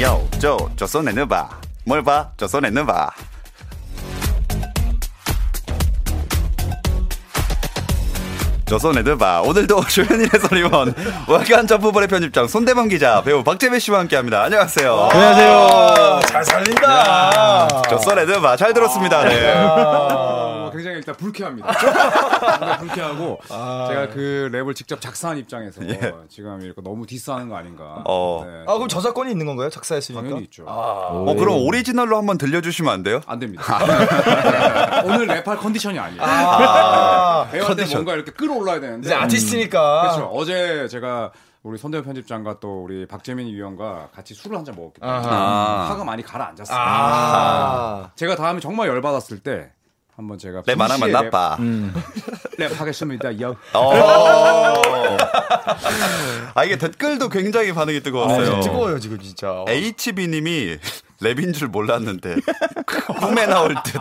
요, 저, 저 손에 넣어봐. 뭘 봐? 저 손에 넣어봐. 저 손에 넣어봐. 오늘도 조현일의 소리원 월간 점프볼의 편집장 손대범 기자 배우 박재배 씨와 함께합니다. 안녕하세요. 아, 안녕하세요. 잘 살린다. 아, 저 손에 넣어봐. 잘 들었습니다. 네. 어, 굉장히 일단 불쾌합니다. 굉장히 불쾌하고 제가 그 랩을 직접 작사한 입장에서 지금 이렇게 너무 디스하는 거 아닌가. 어. 네. 아 그럼 저작권이 있는 건가요? 작사했으니까. 당연히 있죠. 어, 그럼 오리지널로 한번 들려주시면 안 돼요? 안 됩니다. 오늘 랩할 컨디션이 아니에요. 아, 배할때 뭔가 이렇게 끌어올라야 되는데. 이제 아티스트니까. 음. 그렇죠. 어제 제가 우리 손대호 편집장과 또 우리 박재민 위원과 같이 술을 한 잔 먹었기 때문에 아하. 화가 많이 가라앉았어요. 아. 제가 다음에 정말 열받았을 때 한번 제가 랩 안 하면 동시에 나빠. 랩, 랩하겠습니다. 여. 어. 아 이게 댓글도 굉장히 반응이 뜨거웠어요. 어. 아, 뜨거워요 지금 진짜. HB님이 랩인 줄 몰랐는데 꿈에 나올 듯.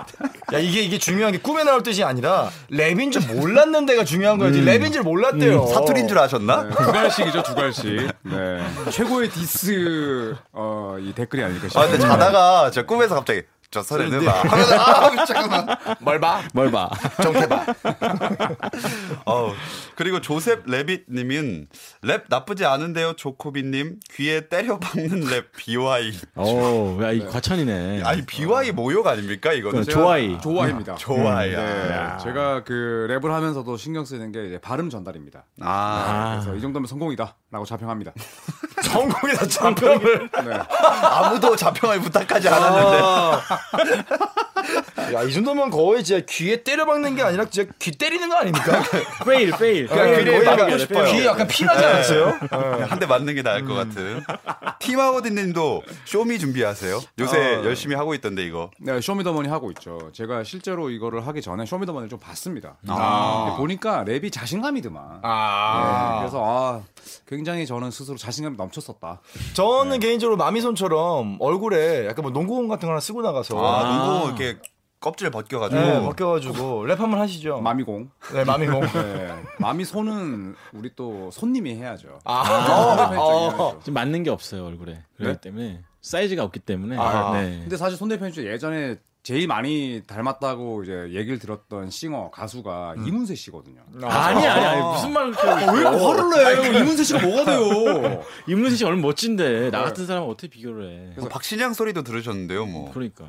야 이게 이게 중요한 게 꿈에 나올 뜻이 아니라 랩인 줄 몰랐는데가 중요한 거지. 랩인 줄 몰랐대요. 음. 사투리인 줄 아셨나? 네, 두 갈씩이죠, 두 갈씩. 네. 최고의 디스 어, 이 댓글이 아닐까 아 근데 싶어요. 자다가 저 꿈에서 갑자기 저 소리 내봐. 하면서 아 잠깐만. 뭘 봐? 뭘 봐. 어 그리고 조셉 레빗님은 랩 나쁘지 않은데요 조코비님 귀에 때려 박는 랩 BY. 오, 어, 야, 이 과찬이네. 아니 BY 모욕 아닙니까 이거는? 그 좋아이. 좋아입니다. 좋아요. 네, 제가 그 랩을 하면서도 신경 쓰는 게 이제 발음 전달입니다. 아 그래서 이 정도면 성공이다라고 자평합니다. 성공이다 장평을. 네. 아무도 자평을 부탁하지 아. 않았는데. 야이 정도면 거의 진짜 귀에 때려박는 게 아니라 진짜 귀 때리는 거 아닙니까? 그러니까 페일, 페일. 귀를 거의 막고 약간 싶어요. 귀에 약간 피나지 않았어요? 한 대 맞는 게 나을 것 같은. 팀아워디님도 쇼미 준비하세요. 요새 열심히 하고 있던데 이거. 네, 쇼미더머니 하고 있죠. 제가 실제로 이거를 하기 전에 쇼미더머니를 좀 봤습니다. 아. 근데 보니까 랩이 자신감이더만. 네, 아. 그래서 아, 굉장히 저는 스스로 자신감이 넘쳤었다. 저는 개인적으로 마미손처럼 얼굴에 약간 뭐 농구공 같은 거 하나 쓰고 나가서 아, 너무 이렇게 껍질 벗겨가지고. 네, 벗겨가지고 랩 한번 하시죠. 마미공. 네, 마미공. 네. 마미 손은 우리 또 손님이 해야죠. 아, 손님 입장이 어, 해야죠. 지금 맞는 게 없어요, 얼굴에. 그렇기 네? 때문에. 사이즈가 없기 때문에. 아. 네. 근데 사실 손 대표님 중에 예전에 제일 많이 닮았다고 이제 얘기를 들었던 싱어 가수가 이문세 씨거든요. 아니, 아니, 아니. 무슨 말을 그렇게. 하고 있어요? 화를 내요? 이문세 씨가 뭐가 돼요? 임문세 씨 얼굴 멋진데, 나 같은 사람 어떻게 비교를 해. 어, 박신양 소리도 들으셨는데요, 뭐. 그러니까.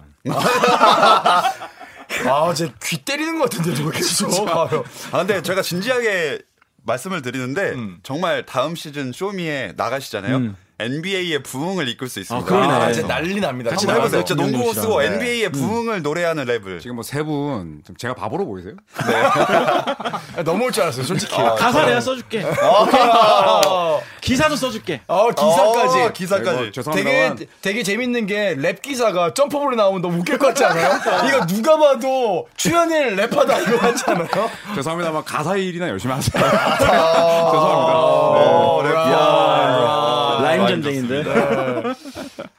아, 제 귀 때리는 것 같은데 누가 계속 봐요. 아, 근데 제가 진지하게 말씀을 드리는데 음. 정말 다음 시즌 쇼미에 나가시잖아요. 음. NBA의 부흥을 이끌 수 있습니다. 아, 그러네. 아, 이제 그래서. 난리 납니다. 같이 진짜. 한번 해보세요. 진짜 농구 김용민 씨랑. 쓰고 네. NBA의 부흥을 노래하는 랩을. 지금 뭐 세 분 제가 바보로 보이세요? 아, 넘어올 줄 알았어요, 솔직히. 가사 내가 써줄게. 아, 기사도 써줄게. 어, 기사까지. 어, 기사까지. 네, 뭐 죄송합니다만 되게 되게 재밌는 게 랩 기사가 점프볼이 나오면 너무 웃길 것 같지 않아요? 이거 누가 봐도 출연일 랩하다 이거 같지 않아요? 죄송합니다만 가사 일이나 열심히 하세요. 죄송합니다. 네. 어, 랩. 야. 라임 라임 전쟁인데.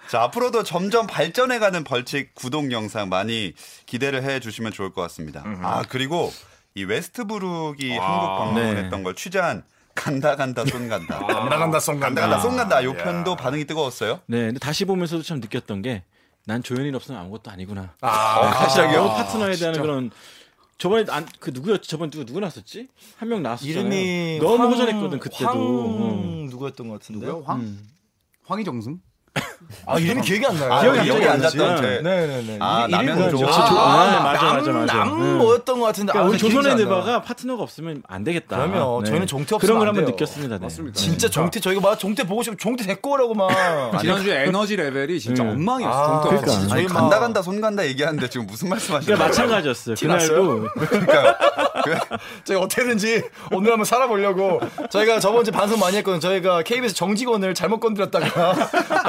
자, 앞으로도 점점 발전해가는 벌칙 구독 영상 많이 기대를 해 주시면 좋을 것 같습니다. 아, 그리고 이 웨스트브룩이 한국 방문을 네. 아, 했던 걸 취재한 간다 간다 손 간다. 간다 간다 송 간다 간다 손 간다. 요 편도 반응이 뜨거웠어요. 네, 근데 다시 보면서도 참 느꼈던 게 난 조연일 없으면 아무것도 아니구나. 아, 여 파트너에 대한 그런 저번에 안, 그 누구였지? 저번에 누구 누구 나왔었지? 한 명 나왔었잖아요. 이름이 너무 네. 황- 허전했거든 그때도. 어. 황 누구였던 것 같은데? 네. 황 황희정승? 아 이름이 기억이 안 나요. 아, 기억이 기억이 안 갑자기 났던 안 제. 네네네. 아, 남양조. 역시 조- 아, 맞아, 맞아, 맞아. 남 응. 뭐였던 것 같은데. 그러니까 아, 우리 기억이 조선의 안 나. 네바가 파트너가 없으면 안 되겠다. 네. 그럼요. 저희는 종태 없으면 그런 걸 안 한번 돼요. 느꼈습니다. 네. 맞습니다. 진짜 종태 저희가 막 종태 보고 싶으면 종태 데리고 오라고 막. 지난주에 에너지 레벨이 진짜 네. 엉망이었어. 아, 종태 그러니까. 없이. 진짜 아니 저희 막- 간다 간다 손 간다 얘기하는데 지금 무슨 말씀하시는 그러니까 거예요? 마찬가지였어요. 났어요? 그날도 저희 어떻게든지 오늘 한번 살아보려고 저희가 저번 주 방송 많이 했거든요. 저희가 KBS 정직원을 잘못 건드렸다가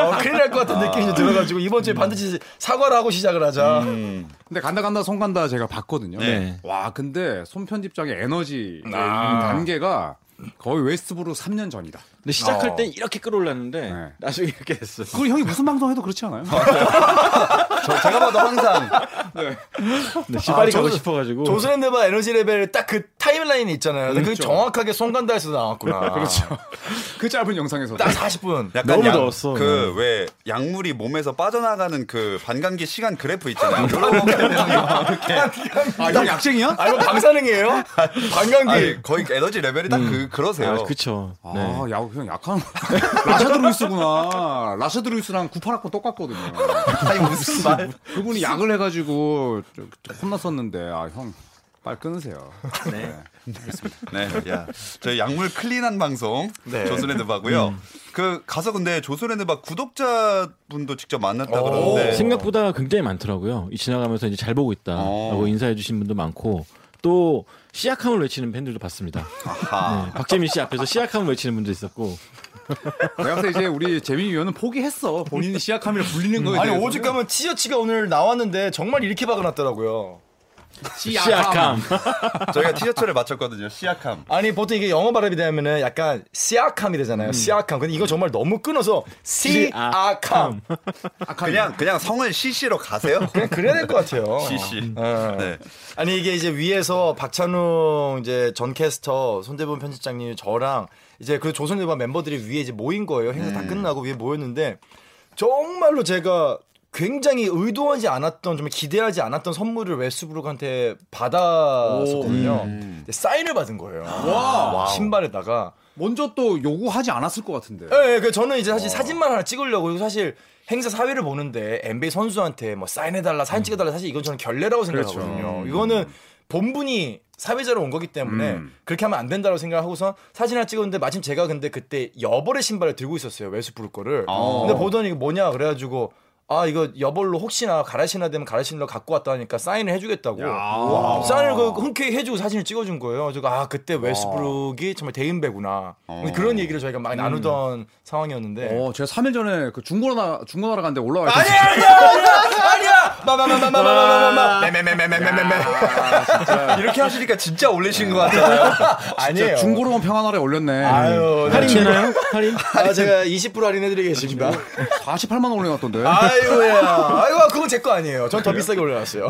어, 큰일 날 것 같은 느낌이 들어가지고 이번 주에 반드시 사과를 하고 시작을 하자. 근데 간다 간다 손 간다 제가 봤거든요. 네. 와 근데 손 편집장의 에너지 의 단계가 거의 웨스트브루 3년 전이다. 근데 시작할 어. 땐 이렇게 끌어올랐는데 네. 나중에 이렇게 됐어. 그걸 형이 무슨 방송해도 그렇지 않아요? 저- 제가 봐도 항상 근데 네, 시발이 아, 가고 저는- 싶어가지고. 조선앤드바 에너지 레벨 딱 그 타임라인이 있잖아요. 근데 그게 그렇죠. 정확하게 송간다에서 나왔구나. 그렇죠. 그 짧은 영상에서 딱 40분. 약간 너무 양- 더웠어, 그 왜 약물이 몸에서 빠져나가는 그 반감기 시간 그래프 있잖아요. 그런 거 아, 이거 약쟁이야? 아 이거 방사능이에요? 방광기. 아니, 거의 에너지 레벨이 딱 그 그러세요. 아, 그쵸. 아, 네. 야, 형 약한 라샤드 루이스구나. 라샤드 루이스랑 98학번 똑같거든요. 아니 무슨 말? 그분이 약을 해가지고 좀 혼났었는데, 아, 형, 빨리 끊으세요. 네. 네, 야, 저희 약물 클린한 방송 네. 조선의 드바고요. 음. 그 가서 근데 조선의 드바 구독자분도 직접 만났다 오. 그러는데 네. 생각보다 굉장히 많더라고요. 이 지나가면서 이제 잘 보고 있다라고 어. 인사해 주신 분도 많고 또 시약함을 외치는 팬들도 봤습니다. 아하. 네, 박재민 씨 앞에서 시약함을 외치는 분도 있었고 내가 봤을 때 이제 우리 재민 위원은 포기했어. 본인이 시약함이라 불리는 거에 아니 대해서. 오직 가면 티셔츠가 오늘 나왔는데 정말 이렇게 박아놨더라고요. 시약함. 저희가 티셔츠를 맞췄거든요. 시약함. 아니 보통 이게 영어 발음이 되면은 약간 시아캄이 되잖아요. 시아캄. 근데 이거 정말 너무 끊어서 시아캄. 네, 그냥 그냥 성을 CC로 가세요. 그냥 그래야 될 것 같아요. CC. 예. 네. 아니 이게 이제 위에서 박찬웅 이제 전 캐스터 손대범 편집장님 저랑 이제 그 조선일보 멤버들이 위에 이제 모인 거예요 행사 다 끝나고 위에 모였는데 정말로 제가 굉장히 의도하지 않았던 좀 기대하지 않았던 선물을 웨스브룩한테 받았었거든요. 근데 사인을 받은 거예요. 신발에다가. 먼저 또 요구하지 않았을 것 같은데. 예, 예, 그 저는 이제 사실 사진만 하나 찍으려고 사실 행사 사회를 보는데 NBA 선수한테 뭐 사인해달라, 사진 찍어달라 사실 이건 저는 결례라고 생각하거든요. 이거는 본분이 사회자로 온 거기 때문에 그렇게 하면 안 된다고 생각하고서 사진 하나 찍었는데 마침 제가 근데 그때 여벌의 신발을 들고 있었어요 웨스 부를 거를. 어. 근데 보더니 이거 뭐냐 그래가지고 아 이거 여벌로 혹시나 가라 신나 되면 가라 신으러 갖고 왔다 하니까 사인을 해주겠다고 야. 사인을 그 흔쾌히 해주고 사진을 찍어준 거예요. 제가 아 그때 웨스브룩이 정말 대인배구나 어. 그런 얘기를 저희가 많이 나누던 상황이었는데 어, 제가 3일 전에 그 중고나라 중고나라 간데 올라와 있었어요. 네. 아니야 아니야 아니야 아니야 마마마마마마마마 이렇게 하시니까 진짜 올리신 것 같아요. 아니에요. 중고로만 평안하래 올렸네. 음. 아유 네. 할인 되나요? 할인? 아 제가 20% 할인해드리겠습니다. 48만 원 올려놨던데. 아. 뭐. 아유야 아유 그건 제 거 아니에요. 전 더 비싸게 올려놨어요.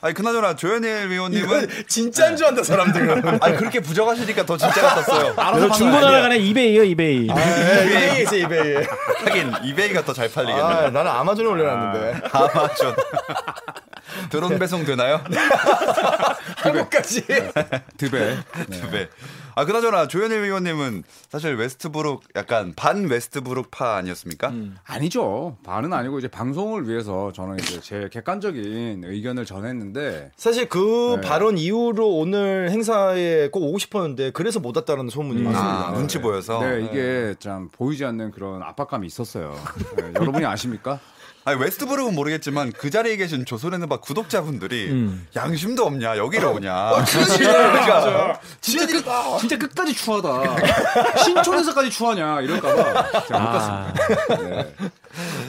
아니 그나저나 조현일 위원님은 진짜인 줄 안다 사람들은. 아니 그렇게 부정하시니까 더 진짜 같았어요. 여러분, 중고나라 간에 이베이요 이베이. 아. 이베이에 있어 이베이에. 하긴 이베이가 더 잘 팔리겠네요. 아 나는 아마존에 올려놨는데 아마존. 드론 배송 되나요? 한국까지. 드베. 네. 아 그나저나 조현일 위원님은 사실 웨스트브룩 약간 반 웨스트브룩파 아니었습니까? 음. 아니죠. 반은 아니고 이제 방송을 위해서 저는 이제 제 객관적인 의견을 전했는데 사실 그 네. 발언 이후로 오늘 행사에 꼭 오고 싶었는데 그래서 못 왔다는 음. 소문이 아, 있습니다. 눈치 보여서. 어, 네, 이게 참 보이지 않는 그런 압박감이 있었어요. 네, 여러분이 아십니까? 아니 웨스트브룩은 모르겠지만 그 자리에 계신 조선의 누바 구독자분들이 음. 양심도 없냐 어. 여기로 오냐. 그러니까 진짜 끝, 진짜 끝까지 추하다. 신촌에서까지 추하냐 이럴까봐 제가 아. 못 갔습니다. 네.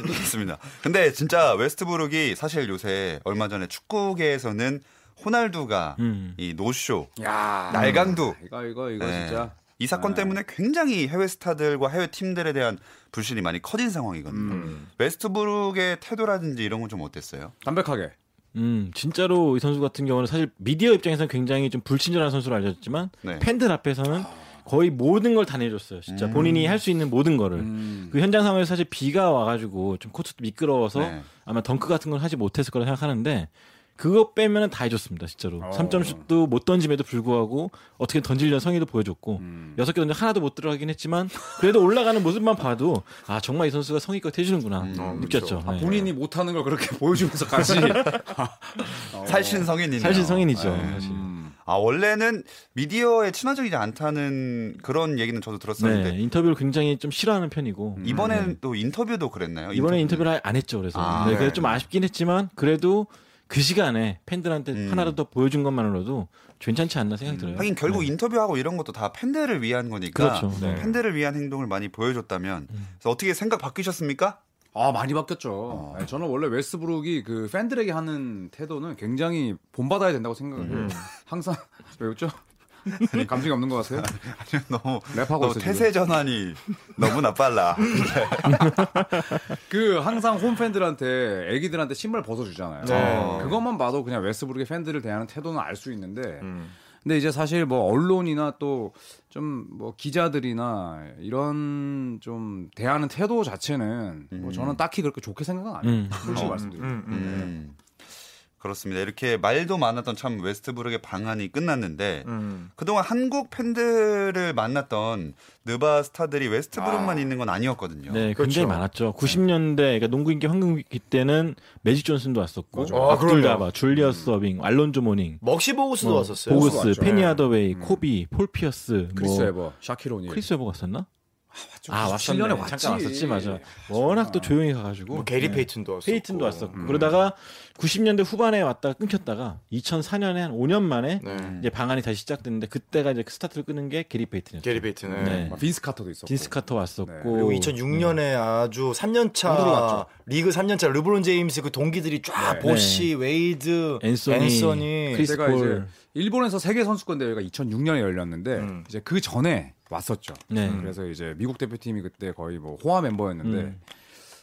그렇습니다. 근데 진짜 웨스트브룩이 사실 요새 얼마 전에 축구계에서는 호날두가 음. 이 노쇼, 야, 날강두 음, 아, 이거 이거 이거 네. 진짜. 아. 이 사건 때문에 굉장히 해외 스타들과 해외 팀들에 대한 불신이 많이 커진 상황이거든요. 음. 웨스트브룩의 태도라든지 이런 건 좀 어땠어요? 담백하게. 음, 진짜로 이 선수 같은 경우는 사실 미디어 입장에서는 굉장히 좀 불친절한 선수로 알려졌지만 네. 팬들 앞에서는 아. 거의 모든 걸 다 내줬어요. 진짜 음. 본인이 할 수 있는 모든 거를. 그 현장 상황에서 사실 비가 와가지고 좀 코트도 미끄러워서 네. 아마 덩크 같은 건 하지 못했을 거라 생각하는데 그거 빼면은 다 해줬습니다. 진짜로. 어. 3점슛도 못 던짐에도 불구하고 어떻게 던지려는 성의도 보여줬고 음. 여섯 개 던져 하나도 못 들어가긴 했지만 그래도 올라가는 모습만 봐도 아 정말 이 선수가 성의껏 해주는구나 느꼈죠. 아, 네. 본인이 못하는 걸 그렇게 보여주면서까지. 어. 살신 성인이냐? 사실 성인이죠. 사실. 음. 아 원래는 미디어에 친화적이지 않다는 그런 얘기는 저도 들었었는데 네, 인터뷰를 굉장히 좀 싫어하는 편이고 이번엔 또 음. 아, 인터뷰도 그랬나요? 이번에 인터뷰를 하- 안 했죠. 그래서 아, 네, 네. 그래서 좀 아쉽긴 했지만 그래도 그 시간에 팬들한테 음. 하나라도 더 보여준 것만으로도 괜찮지 않나 생각이 들어요. 하긴 결국 인터뷰하고 이런 것도 다 팬들을 위한 거니까 네. 그렇죠. 음. 네. 팬들을 위한 행동을 많이 보여줬다면 그래서 어떻게 생각 바뀌셨습니까? 아 많이 바뀌었죠. 어. 아니, 저는 원래 웨스브룩이 그 팬들에게 하는 태도는 굉장히 본받아야 된다고 생각을 해요. 음. 항상 왜 웃죠? 아니, 감정이 없는 것 같아요. 아니요 너무 랩하고 너무 있어, 태세 전환이 너무나 빨라. 그 항상 홈 팬들한테 애기들한테 신발 벗어주잖아요. 네. 음. 그것만 봐도 그냥 웨스브룩의 팬들을 대하는 태도는 알 수 있는데 근데 이제 사실 뭐 언론이나 또 좀 뭐 기자들이나 이런 좀 대하는 태도 자체는 뭐 저는 딱히 그렇게 좋게 생각은 안 해요. 음. 솔직히 말씀드리면. 음, 음. 음. 그렇습니다. 이렇게 말도 많았던 참 웨스트브룩의 방한이 끝났는데 음. 그동안 한국 팬들을 만났던 느바 스타들이 웨스트브룩만 있는 건 아니었거든요. 네, 그렇죠. 굉장히 많았죠. 90년대 그러니까 농구 인기 황금기 때는 매직 존슨도 왔었고, 맞아. 아, 압둘 그럼요. 가바, 줄리어스 어빙, 알론조 모닝, 먹시 보고스도 어, 왔었어요. 보그스, 왔죠. 페니 네. 하더웨이, 코비, 폴 피어스, 크리스 뭐, 에버, 샤키로니. 크리스 에버 갔었나? 아, 왔었네. 왔었네. 왔지. 예, 잠깐 왔었지, 맞아. 워낙 또 조용히 가가지고. 뭐 게리 네. 페이튼도 왔었고. 음. 페이튼도 왔었고 그러다가 90년대 후반에 왔다가 끊겼다가 2004년에 한 5년 만에 네. 이제 방안이 다시 시작됐는데 그때가 이제 그 스타트를 끄는 게 게리 페이튼이었어요. 게리 페이튼은 네. 빈스 카터도 있었고. 빈스 카터 네. 왔었고 그리고 2006년에 음. 아주 3년차 리그 3년차 르브론 제임스 그 동기들이 쫙 네. 보시 웨이드 앤서니, 앤서니. 크리스 제가 네, 이제 폴. 일본에서 세계 선수권 대회가 2006년에 열렸는데 음. 이제 그 전에 왔었죠. 네. 그래서 이제 미국 대표팀이 그때 거의 뭐 호화 멤버였는데 음.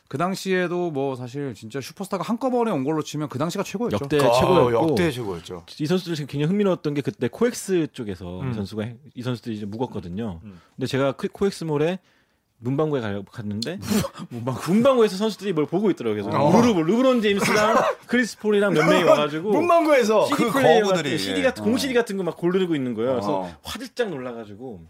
그 당시에도 뭐 사실 진짜 슈퍼스타가 한꺼번에 온 걸로 치면 그 당시가 최고였죠. 역대 아, 최고였고 역대 최고였죠. 이 선수들 지금 굉장히 흥미로웠던 게 그때 코엑스 쪽에서 음. 이 선수가 해- 이 선수들이 이제 묵었거든요. 음. 근데 제가 크- 코엑스몰에 문방구에 가- 갔는데 문방구에서 선수들이 뭘 보고 있더라고요. 그래서 어. 루루 르브론 제임스랑 크리스 폴이랑 몇 명이 와가지고 문방구에서 그 CD 플레이어 거부들이, 같은 CD 예. 같은 공 CD 같은 거 막 고르고 있는 거예요. 그래서 어. 화들짝 놀라가지고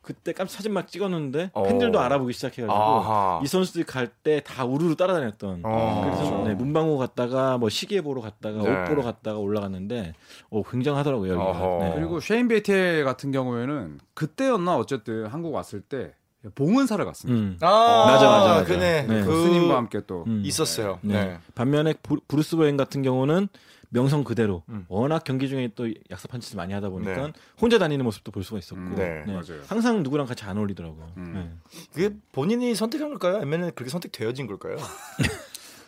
그때 깜 사진 막 찍었는데 어. 팬들도 알아보기 시작해가지고 아하. 이 선수들이 갈 때 다 우르르 따라다녔던. 어. 그래서 네, 문방구 갔다가 뭐 시계 보러 갔다가 네. 옷 보러 갔다가 올라갔는데 오 굉장하더라고요. 어허. 여기가. 네. 그리고 쉐인 베이테 같은 경우에는 그때였나 어쨌든 한국 왔을 때 봉은사를 갔습니다. 음. 아, 맞아, 맞아, 맞아. 그네. 네. 그 스님과 함께 또 음. 있었어요. 네. 네. 반면에 부- 브루스 웨인 같은 경우는 명성 그대로 음. 워낙 경기 중에 또 약속한 짓을 많이 하다 보니까 네. 혼자 다니는 모습도 볼 수가 있었고 음, 네, 맞아요. 항상 누구랑 같이 안 어울리더라고요. 음. 네. 그게 본인이 선택한 걸까요? 아니면 그렇게 선택되어진 걸까요?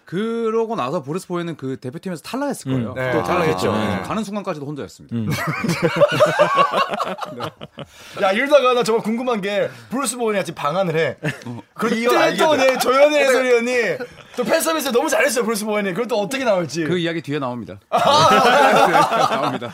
그러고 나서 보레스 보이는 그 대표팀에서 탈락했을 음. 거예요. 네, 또 탈락했죠. 네. 네. 가는 순간까지도 혼자였습니다. 음. 야 이러다가 나 정말 궁금한 게 브루스 보웬이 같이 방한을 해. 이걸 그때 알게 또내 조현의 해설위원이 네. 또 팬서비스 너무 잘했어요 브루스 보웬이. 그걸 또 어떻게 나올지. 그 이야기 뒤에 나옵니다. 아. 네, 나옵니다.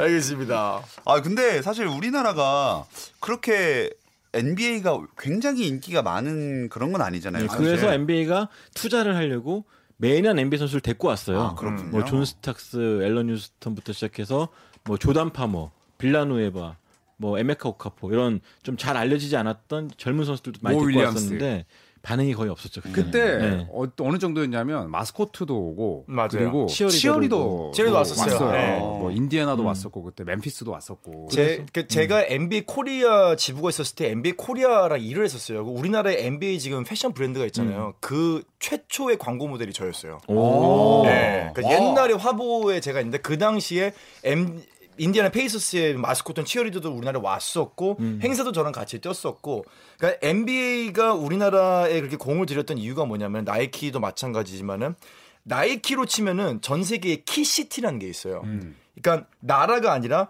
알겠습니다. 아 근데 사실 우리나라가 그렇게 NBA가 굉장히 인기가 많은 그런 건 아니잖아요. 네, 사실. 그래서 NBA가 투자를 하려고 매년 NBA 선수를 데리고 왔어요. 아, 그렇군요. 뭐존 스탁스, 앨런 뉴스턴부터 시작해서 뭐 조단 파머, 빌라누에바, 뭐 에메카 오카포 이런 좀 잘 알려지지 않았던 젊은 선수들도 많이 모 데리고 윌리엄스. 왔었는데 반응이 거의 없었죠. 그때는. 그때 네. 어, 느 정도였냐면 마스코트도 오고 맞아요. 그리고 치어리더도 치어리더 오고. 치어리더 왔었어요. 네. 뭐 인디애나도 왔었고 그때 멤피스도 왔었고. 제, 그 제가 NBA 코리아 지부가 있었을 때 NBA 코리아랑 일을 했었어요. 그 우리나라의 NBA 지금 패션 브랜드가 있잖아요. 음. 그 최초의 광고 모델이 저였어요. 오. 네. 그러니까 와. 옛날에 화보에 제가 있는데 그 당시에 M, 인디아나 페이서스의 마스코트는 치어리더도 우리나라에 왔었고 음. 행사도 저랑 같이 뛰었었고 그러니까 NBA가 우리나라에 그렇게 공을 들였던 이유가 뭐냐면 나이키도 마찬가지지만은 나이키로 치면은 전 세계에 키시티라는 게 있어요. 음. 그러니까 나라가 아니라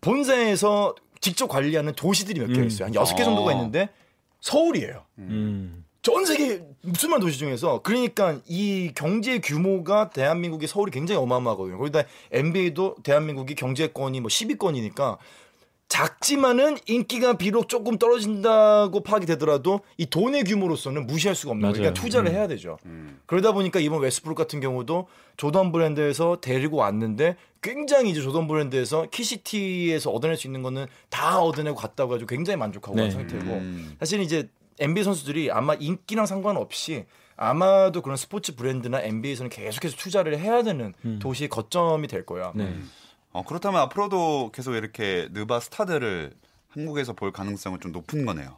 본사에서 직접 관리하는 도시들이 몇 개 있어요. 한 여섯 개 정도가 아. 있는데 서울이에요. 음. 전 세계 무수만 도시 중에서 그러니까 이 경제 규모가 대한민국의 서울이 굉장히 어마어마하거든요. 거기다 NBA도 대한민국이 경제권이 뭐 10위권이니까 작지만은 인기가 비록 조금 떨어진다고 파악이 되더라도 이 돈의 규모로서는 무시할 수가 없는 거예요. 맞아요. 음. 그러니까 투자를 해야 되죠. 그러다 보니까 이번 웨스브룩 같은 경우도 조던 브랜드에서 데리고 왔는데 굉장히 이제 조던 브랜드에서 키시티에서 얻어낼 수 있는 거는 다 얻어내고 갔다고 해가지고 굉장히 만족하고 네. 한 상태고 음. 사실 이제 NBA 선수들이 아마 인기랑 상관없이 아마도 그런 스포츠 브랜드나 NBA에서는 계속해서 투자를 해야 되는 도시의 거점이 될 거야. 네. 어, 그렇다면 앞으로도 계속 이렇게 느바 스타들을 한국에서 볼 가능성은 좀 높은 거네요.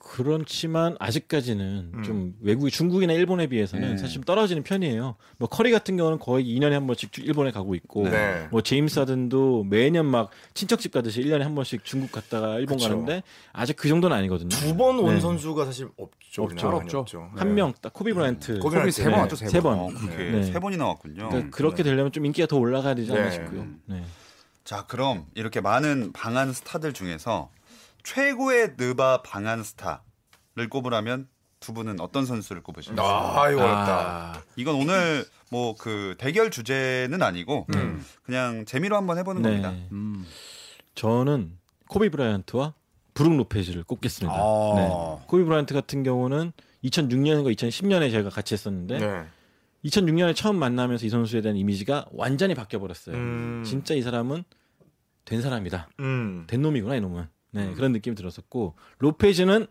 그렇지만 아직까지는 좀 외국이 중국이나 일본에 비해서는 사실 좀 떨어지는 편이에요. 뭐 커리 같은 경우는 거의 2년에 한 번씩 주- 일본에 가고 있고 네. 뭐 제임스 하든도 매년 막 친척집 가듯이 1년에 한 번씩 중국 갔다가 일본 그쵸. 가는데 아직 그 정도는 아니거든요. 두 번 온 네. 선수가 사실 없죠. 네. 없죠. 우리나라에 없죠. 한 명 딱 코비 브라이언트. 코비 거기 브라이언트. 세번 네, 왔죠 세 세 번. 번. 어, 그렇게 네. 세 번이나 왔군요. 그러니까 그렇게 되려면 좀 인기가 더 올라가야 되지 않나 네. 싶고요. 네. 자, 그럼 이렇게 많은 방한 스타들 중에서 최고의 느바 방한 스타를 꼽으라면 두 분은 어떤 선수를 꼽으십니까? 아, 이거 어렵다. 이건 오늘 뭐 그 대결 주제는 아니고 음. 그냥 재미로 한번 해보는 네. 겁니다. 음. 저는 코비 브라이언트와 브룩 로페즈를 꼽겠습니다. 아. 네. 코비 브라이언트 같은 경우는 2006년과 2010년에 제가 같이 했었는데 네. 2006년에 처음 만나면서 이 선수에 대한 이미지가 완전히 바뀌어 버렸어요. 음. 진짜 이 사람은 된 사람이다. 음. 된 놈이구나 이 놈은. 네, 그런 느낌이 들었었고 로페즈는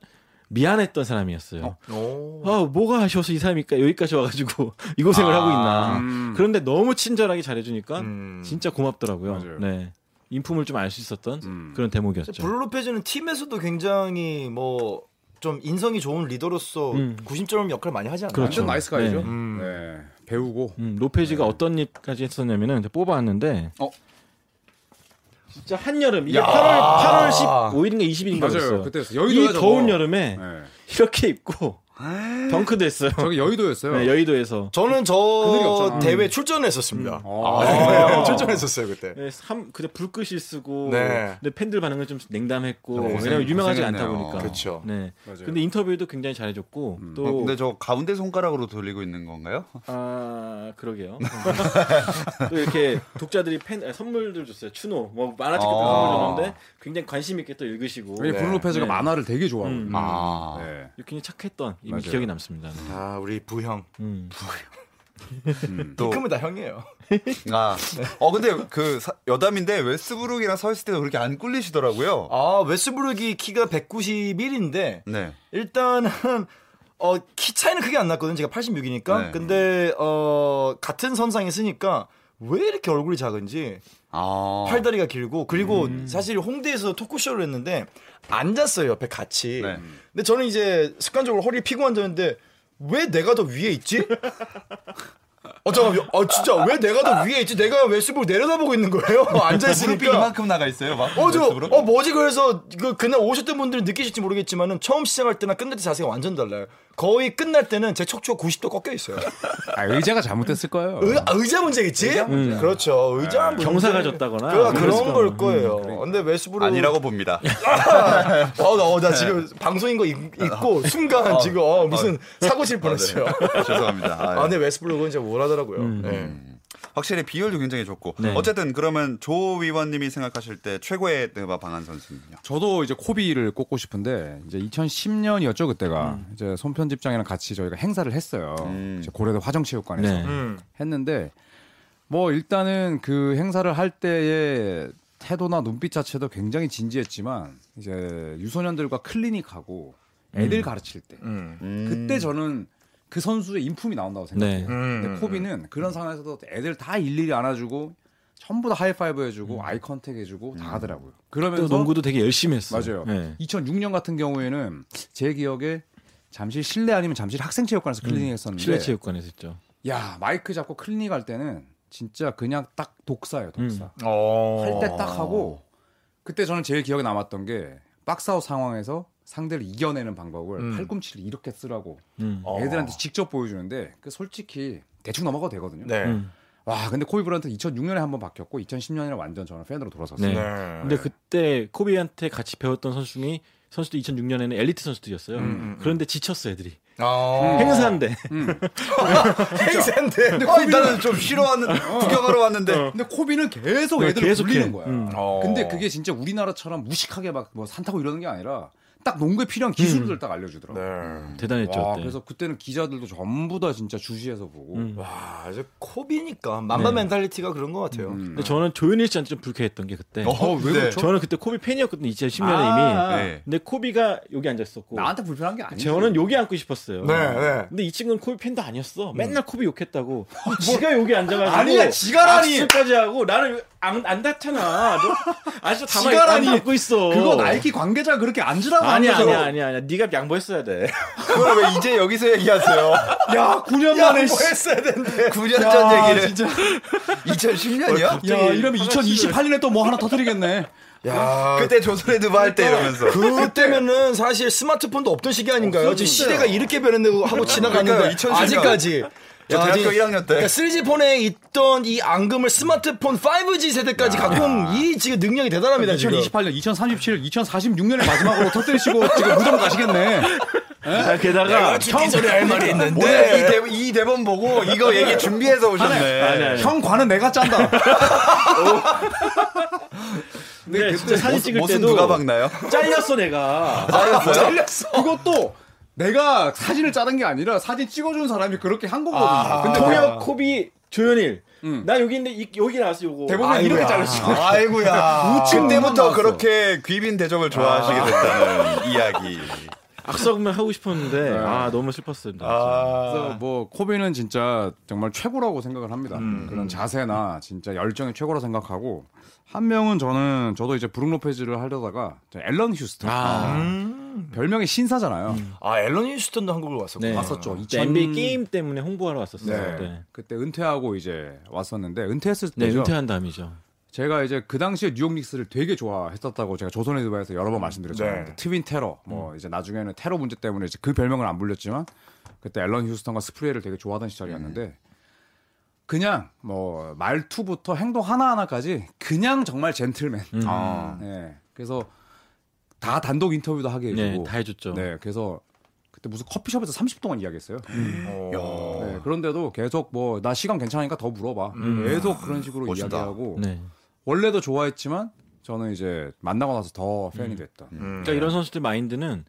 미안했던 사람이었어요. 오. 아, 뭐가 아쉬워서 이 사람이니까 여기까지 와가지고 이 고생을 아, 하고 있나. 음. 그런데 너무 친절하게 잘해주니까 음. 진짜 고맙더라고요. 맞아요. 네. 인품을 좀 알 수 있었던 음. 그런 대목이었죠. 블루페즈는 팀에서도 굉장히 뭐 좀 인성이 좋은 리더로서 음. 구심점 역할 을 많이 하지 않나요? 그렇죠. 완전 나이스 가이죠. 네. 음. 네. 배우고 음, 로페즈가 어떤 일까지 했었냐면은 제가 뽑아왔는데 어? 진짜 한여름 이게 야. 8월 8월 15일인가 20일인가 맞아요. 그랬어요. 그때였어. 이 여의도야, 저거. 더운 여름에 네. 이렇게 입고 덩크도 했어요. 저기 여의도였어요. 네, 여의도에서 저는 그늘이 저 없잖아. 대회 출전했었습니다. 아, 네, 출전했었어요 그때. 네, 삼 그때 불끝이 쓰고 네. 근데 팬들 반응은 좀 냉담했고 고생- 왜냐면 유명하지 않다 고생했네요. 보니까. 그렇죠. 네. 맞아요. 근데 인터뷰도 굉장히 잘해줬고 또 어, 근데 저 가운데 손가락으로 돌리고 있는 건가요? 아 그러게요. 네. 또 이렇게 독자들이 팬 아, 선물들 줬어요. 추노 뭐 만화책 같은 거 아. 선물 줬는데 굉장히 관심 있게 또 읽으시고 왜 네. 브루노페즈가 네. 만화를 되게 좋아하거든요. 음. 아. 네. 굉장히 착했던 이미 맞아요. 기억이 남습니다. 네. 아 우리 부형. 음. 또 그러면 다 형이에요. 아. 어 근데 그 사- 여담인데 웨스브룩이랑 서 있을 때도 그렇게 안 꿀리시더라고요. 아 웨스브룩이 키가 191인데 네. 일단은 어, 키 차이는 크게 안 났거든요. 제가 86이니까. 네. 근데 어, 같은 선상에 쓰니까 왜 이렇게 얼굴이 작은지 아. 팔다리가 길고 그리고 음. 사실 홍대에서 토크쇼를 했는데 앉았어요 옆에 같이. 네. 근데 저는 이제 습관적으로 허리를 피고 앉았는데 왜 내가 더 위에 있지? 어 잠깐, 어 진짜 왜 내가 더 위에 있지? 내가 왜 숲을 내려다보고 있는 거예요? 앉아 무릎이 있으니까. 이만큼 나가 있어요. 막 어, 저, 웨스브룩? 어, 뭐지, 그래서, 그, 그날 오셨던 분들 느끼실지 모르겠지만은, 처음 시작할 때나 끝날 때 자세가 완전 달라요. 거의 끝날 때는 제 척추가 90도 꺾여 있어요. 아, 의자가 잘못됐을 거예요. 의, 아, 의자 문제겠지? 그렇죠. 의자 문제. 경사가 졌다거나 그, 그런 그랬을 걸 거야. 거예요. 근데 웨스브룩 아니라고 봅니다. 예, 어, 나, 어, 나 지금 방송인 거 입, 고 순간 지금 어, 무슨 사고 칠 뻔했어요. 아, 죄송합니다. 아, 그렇죠. 아, 근데 웨스브룩은 진짜 우월하더라고요. 네. 확실히 비율도 굉장히 좋고. 네. 어쨌든 그러면 조 위원님이 생각하실 때 최고의 드바 방한 선수는요. 저도 이제 코비를 꼽고 싶은데 이제 2010년이었죠 그때가 이제 손편집장이랑 같이 저희가 행사를 했어요. 음. 이제 고려대 화정체육관에서 네. 음. 했는데 뭐 일단은 그 행사를 할 때의 태도나 눈빛 자체도 굉장히 진지했지만 이제 유소년들과 클리닉하고 애들 가르칠 때 음. 그때 저는 그 선수의 인품이 나온다고 생각해요. 네. 음. 근데 코비는 그런 상황에서도 애들 다 일일이 안아주고 전부 다 하이파이브 해주고 아이 컨택 해주고 다 하더라고요. 음. 또 그러면서 농구도 되게 열심히 했어요. 맞아요. 네. 2006년 같은 경우에는 제 기억에 잠실 실내 아니면 잠실 학생체육관에서 클리닝 했었는데 음. 실내체육관에서 했죠. 야 마이크 잡고 클리닝 할 때는 진짜 그냥 딱 독사예요 음. 독사 어. 할 때 딱 하고 그때 저는 제일 기억에 남았던 게 박스아웃 상황에서 상대를 이겨내는 방법을 음. 팔꿈치를 이렇게 쓰라고 음. 어. 애들한테 직접 보여주는데 그 솔직히 대충 넘어가도 되거든요 네. 음. 와 근데 코비 브라이언트 2006년에 한번 바뀌었고 2010년에 완전 저는 팬으로 돌아섰어요 네. 네. 근데 그때 코비한테 같이 배웠던 선수 중에 선수도 2006년에는 엘리트 음, 선수들이었어요. 그런데 지쳤어 애들이. 아. 행사인데 행사인데. 어, 나는 좀 쉬러 왔는데 구경하러 왔는데 근데 코비는 계속 네, 애들을 계속해. 돌리는 거야 음. 어. 근데 그게 진짜 우리나라처럼 무식하게 막 뭐 산타고 이러는 게 아니라 딱 농구에 필요한 기술들을 음. 딱 알려주더라고. 요 네. 대단했죠. 와, 그때. 그래서 그때는 기자들도 전부 다 진짜 주시해서 보고. 음. 와, 이제 코비니까 맘바 멘탈리티가 그런 것 같아요. 근데 저는 조현일 씨한테 좀 불쾌했던 게 그때. 어, 왜 네. 그렇죠? 저는 그때 코비 팬이었거든요. 2010년에 아. 이미. 네. 근데 코비가 여기 앉아 있었고 뭐 나한테 불편한 게 아니지. 저는 여기 앉고 싶었어요. 네, 네. 근데 이 친구는 코비 팬도 아니었어. 맨날 코비 욕했다고. 지가 여기 앉아가지고 아니야, 지가라니. 악수까지 하고 나는 안, 안 닿잖아. 너 아직도 다만 지가라니. 안 닿고 있어. 그거 나이키 관계자 그렇게 앉으라고 한 아니야 아니야 거잖아. 아니야 아니야. 네가 양보했어야 돼. 그걸 왜 이제 여기서 얘기하세요? 야, 9년 야, 뭐 만에 씨. 했어야 되는데. 9년 전 얘기를 아, 진짜. 어, 2010년이요? 야, 이러면 2028년에 또 뭐 하나 터뜨리겠네. 야, 아, 그때 조선의 드바 할 때 이러면서 그때면은 사실 스마트폰도 없던 시기 아닌가요? 지금 시대가 이렇게 변했는데 하고 지나가는데 그러니까요, 2010년. 아직까지. 저 대학교 1학년 때. 3G 폰에 있던 이 앙금을 스마트폰 5G 세대까지 갖고 온 이 지금 능력이 대단합니다 지금. 2028년, 2037, 2046년에 마지막으로 터뜨리시고 지금 무덤 가시겠네. 아, 게다가 형 소리 할 말이 오늘 이, 대, 이 대본 보고 이거 얘기 준비해서 오셨네. 아니, 아니. 형 관은 내가 짠다. 근데 진짜 사진 모습- 찍을 모습 때도 누가 박나요? 잘렸어 내가. 잘렸어. 그것도 아, 내가 사진을 짜는 게 아니라 사진 찍어준 사람이 그렇게 한 거거든요. 아. 근데 동혁, 아. 코비, 조현일. 나 여기 있는데 이- 여기 나왔어 요거. 대부분 아이고야. 이렇게 잘렸어. 아이고야. 그때부터 나왔어. 그렇게 귀빈 대접을 좋아하시게 됐다는 이야기. 악수하면 하고 싶었는데 네. 아 너무 슬펐습니다. 그래서 뭐 코비는 진짜 정말 최고라고 생각을 합니다. 음. 그런 자세나 진짜 열정이 최고라 생각하고 한 명은 저는 저도 이제 브룩 로페즈를 하려다가 저 앨런 아. 휴스턴 아, 별명이 음. 신사잖아요. 음. 아 앨런 휴스턴도 한국으로 왔었구나. 네. 왔었죠. 그때 2000 NBA 게임 때문에 홍보하러 왔었어요. 네. 네, 네. 그때 은퇴하고 이제 왔었는데 은퇴했을 네 때죠. 은퇴한 다음이죠. 제가 이제 그 당시에 뉴욕 닉스를 되게 좋아했었다고 제가 조선의 두바에서 여러 번 말씀드렸잖아요. 네. 트윈 테러, 뭐 이제 나중에는 테러 문제 때문에 이제 그 별명을 안 불렸지만 그때 앨런 휴스턴과 스프레이를 되게 좋아하던 시절이었는데 그냥 뭐 말투부터 행동 하나 하나까지 그냥 정말 젠틀맨. 음. 아. 네. 그래서 다 단독 인터뷰도 하게 네, 해주고. 다 해줬죠. 네, 그래서 그때 무슨 커피숍에서 30 동안 이야기했어요. 어. 네, 그런데도 계속 뭐 나 시간 괜찮으니까 더 물어봐. 계속 그런 식으로 멋있다. 이야기하고 네. 원래도 좋아했지만 저는 이제 만나고 나서 더 팬이 됐다. 그러니까 이런 선수들 마인드는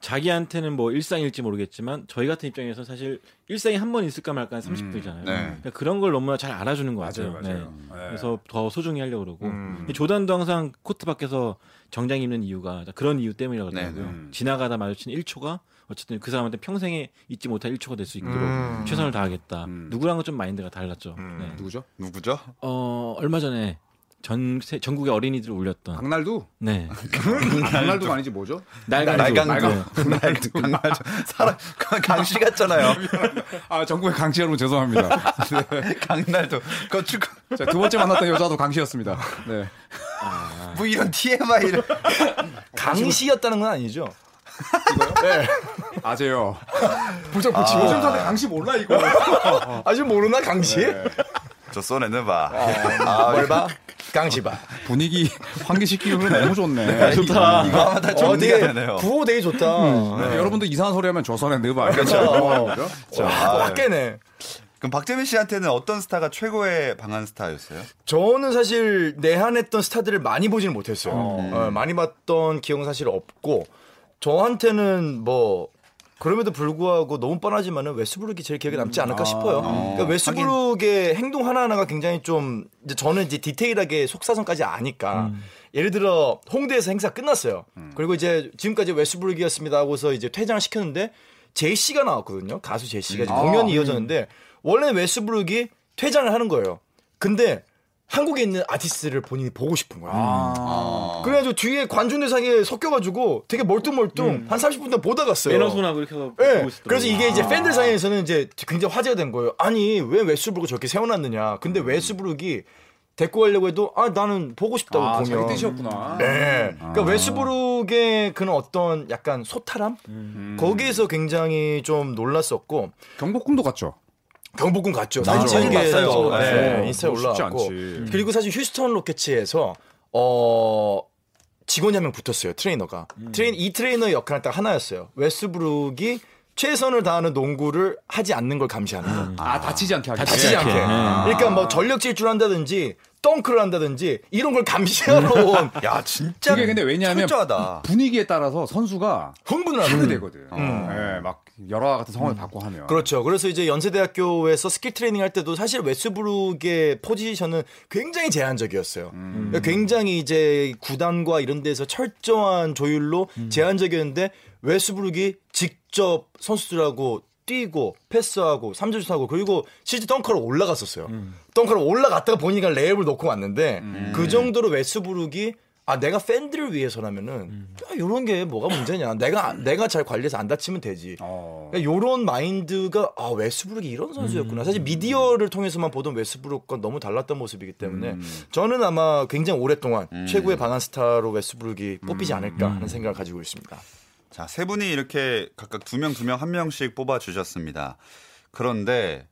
자기한테는 뭐 일상일지 모르겠지만 저희 같은 입장에서 사실 일상이 한 번 있을까 말까 한 30분이잖아요. 네. 그러니까 그런 걸 너무나 잘 알아주는 것 같아요. 음, 맞아요, 맞아요. 네. 네. 음. 그래서 더 소중히 하려고 그러고 이 음. 조단도 항상 코트 밖에서 정장 입는 이유가 그런 이유 때문이라고 그러더라고요. 네, 음. 지나가다 마주친 1초가 어쨌든 그 사람한테 평생에 잊지 못할 1초가 될 수 있도록 음. 최선을 다하겠다. 누구랑은 좀 마인드가 달랐죠. 음. 네. 누구죠? 누구죠? 어, 얼마 전에 전 전국의 어린이들을 울렸던 강날두? 네. 그 강날두가 아니지 뭐죠? 날강 날강도. 날강도. 강날도. 사람 강- 강씨 같잖아요. 아 전국의 강씨 여러분 죄송합니다. 네. 강날도. 그 축구 자, 두 번째 만났던 여자도 강씨였습니다. 네. 뭐 이런 TMI를 강시였다는 건 아니죠? 아재요. 북적북치. 아. 요즘 사람 강씨 몰라 이거. 아직 모르나 강시? 저 쏘내는 봐. 아, 얼마? 강시바. 분위기 환기시키기로 너무 아, 좋네. 좋다. 이거 하면 다 어, 정리가 되게 되네요. 음. 구호 되게 좋다. 음. 네, 여러분도 이상한 소리 하면 조선의 느바. 그렇죠. 자, 와, 아, 확 깨네. 그럼 박재민 씨한테는 어떤 스타가 최고의 방한 스타였어요? 저는 사실 내한했던 스타들을 많이 보지는 못했어요. 음. 어, 많이 봤던 기억은 사실 없고 저한테는 뭐 그럼에도 불구하고 너무 뻔하지만은 웨스브룩이 제일 기억에 남지 아. 않을까 싶어요. 그러니까 웨스브룩의 행동 하나하나가 굉장히 좀 이제 저는 이제 디테일하게 속사정까지 아니까 예를 들어 홍대에서 행사 끝났어요. 그리고 이제 지금까지 웨스브룩이었습니다 하고서 이제 퇴장을 시켰는데 제이씨가 나왔거든요. 가수 제이씨가 이제 공연이 이어졌는데 원래 웨스브룩이 퇴장을 하는 거예요. 근데 한국에 있는 아티스트를 본인이 보고 싶은 거야. 아. 어. 그래가지고 뒤에 관중 대상에 섞여가지고 되게 멀뚱멀뚱 한 30분 동안 보다 갔어요. 에너손하고 이렇게 해서 네, 예. 보고 있었던 그래서 거예요. 이게 이제 팬들 사이에서는 이제 굉장히 화제가 된 거예요. 아니 왜 웨스브룩을 저렇게 세워놨느냐. 음. 근데 웨스브룩이 데리고 가려고 해도 아 나는 보고 싶다고 아, 자기 보면. 뜻이었구나. 네. 아. 그러니까 웨스브룩의 그런 어떤 약간 소탈함 음. 거기에서 굉장히 좀 놀랐었고 경복궁도 갔죠. 경복궁 갔죠. 맞아요. 사진 맞아요. 찍어서 맞아요. 네, 네. 인스타에 쉽지 올라왔고 않지. 그리고 사실 휴스턴 로켓츠에서 어 직원이 한 명 붙었어요 트레이너가 트레인 이 트레이너의 역할은 딱 하나였어요 웨스브룩이 최선을 다하는 농구를 하지 않는 걸 감시하는 거 아, 다치지 않게 예. 하기. 다치지 않게 그러니까 뭐 전력 질주를 한다든지 덩크를 한다든지 이런 걸 감시하러 온 야, 진짜. 그게 근데 왜냐하면 철저하다. 분위기에 따라서 선수가 흥분을 하는 힘이 되거든. 예, 막 열화 같은 성을 받고 하면. 음. 그렇죠. 그래서 이제 연세대학교에서 스킬 트레이닝 할 때도 사실 웨스브룩의 포지션은 굉장히 제한적이었어요. 그러니까 굉장히 이제 구단과 이런 데서 철저한 조율로 제한적이었는데 웨스브룩이 직접 선수들하고 뛰고 패스하고 삼점슛하고 그리고 실제 덩크로 올라갔었어요. 덩크로 올라갔다가 보니까 레이업을 놓고 왔는데 그 정도로 웨스브룩이 아 내가 팬들을 위해서라면은 야, 이런 게 뭐가 문제냐 내가 내가 잘 관리해서 안 다치면 되지 어. 그러니까 요런 마인드가 아 웨스브룩이 이런 선수였구나. 음. 사실 미디어를 통해서만 보던 웨스브룩과 너무 달랐던 모습이기 때문에 음. 저는 아마 굉장히 오랫동안 최고의 방한 스타로 웨스브룩이 음. 뽑히지 않을까 하는 생각을 가지고 있습니다. 자, 세 분이 이렇게 각각 두 명, 두 명, 한 명씩 뽑아주셨습니다. 그런데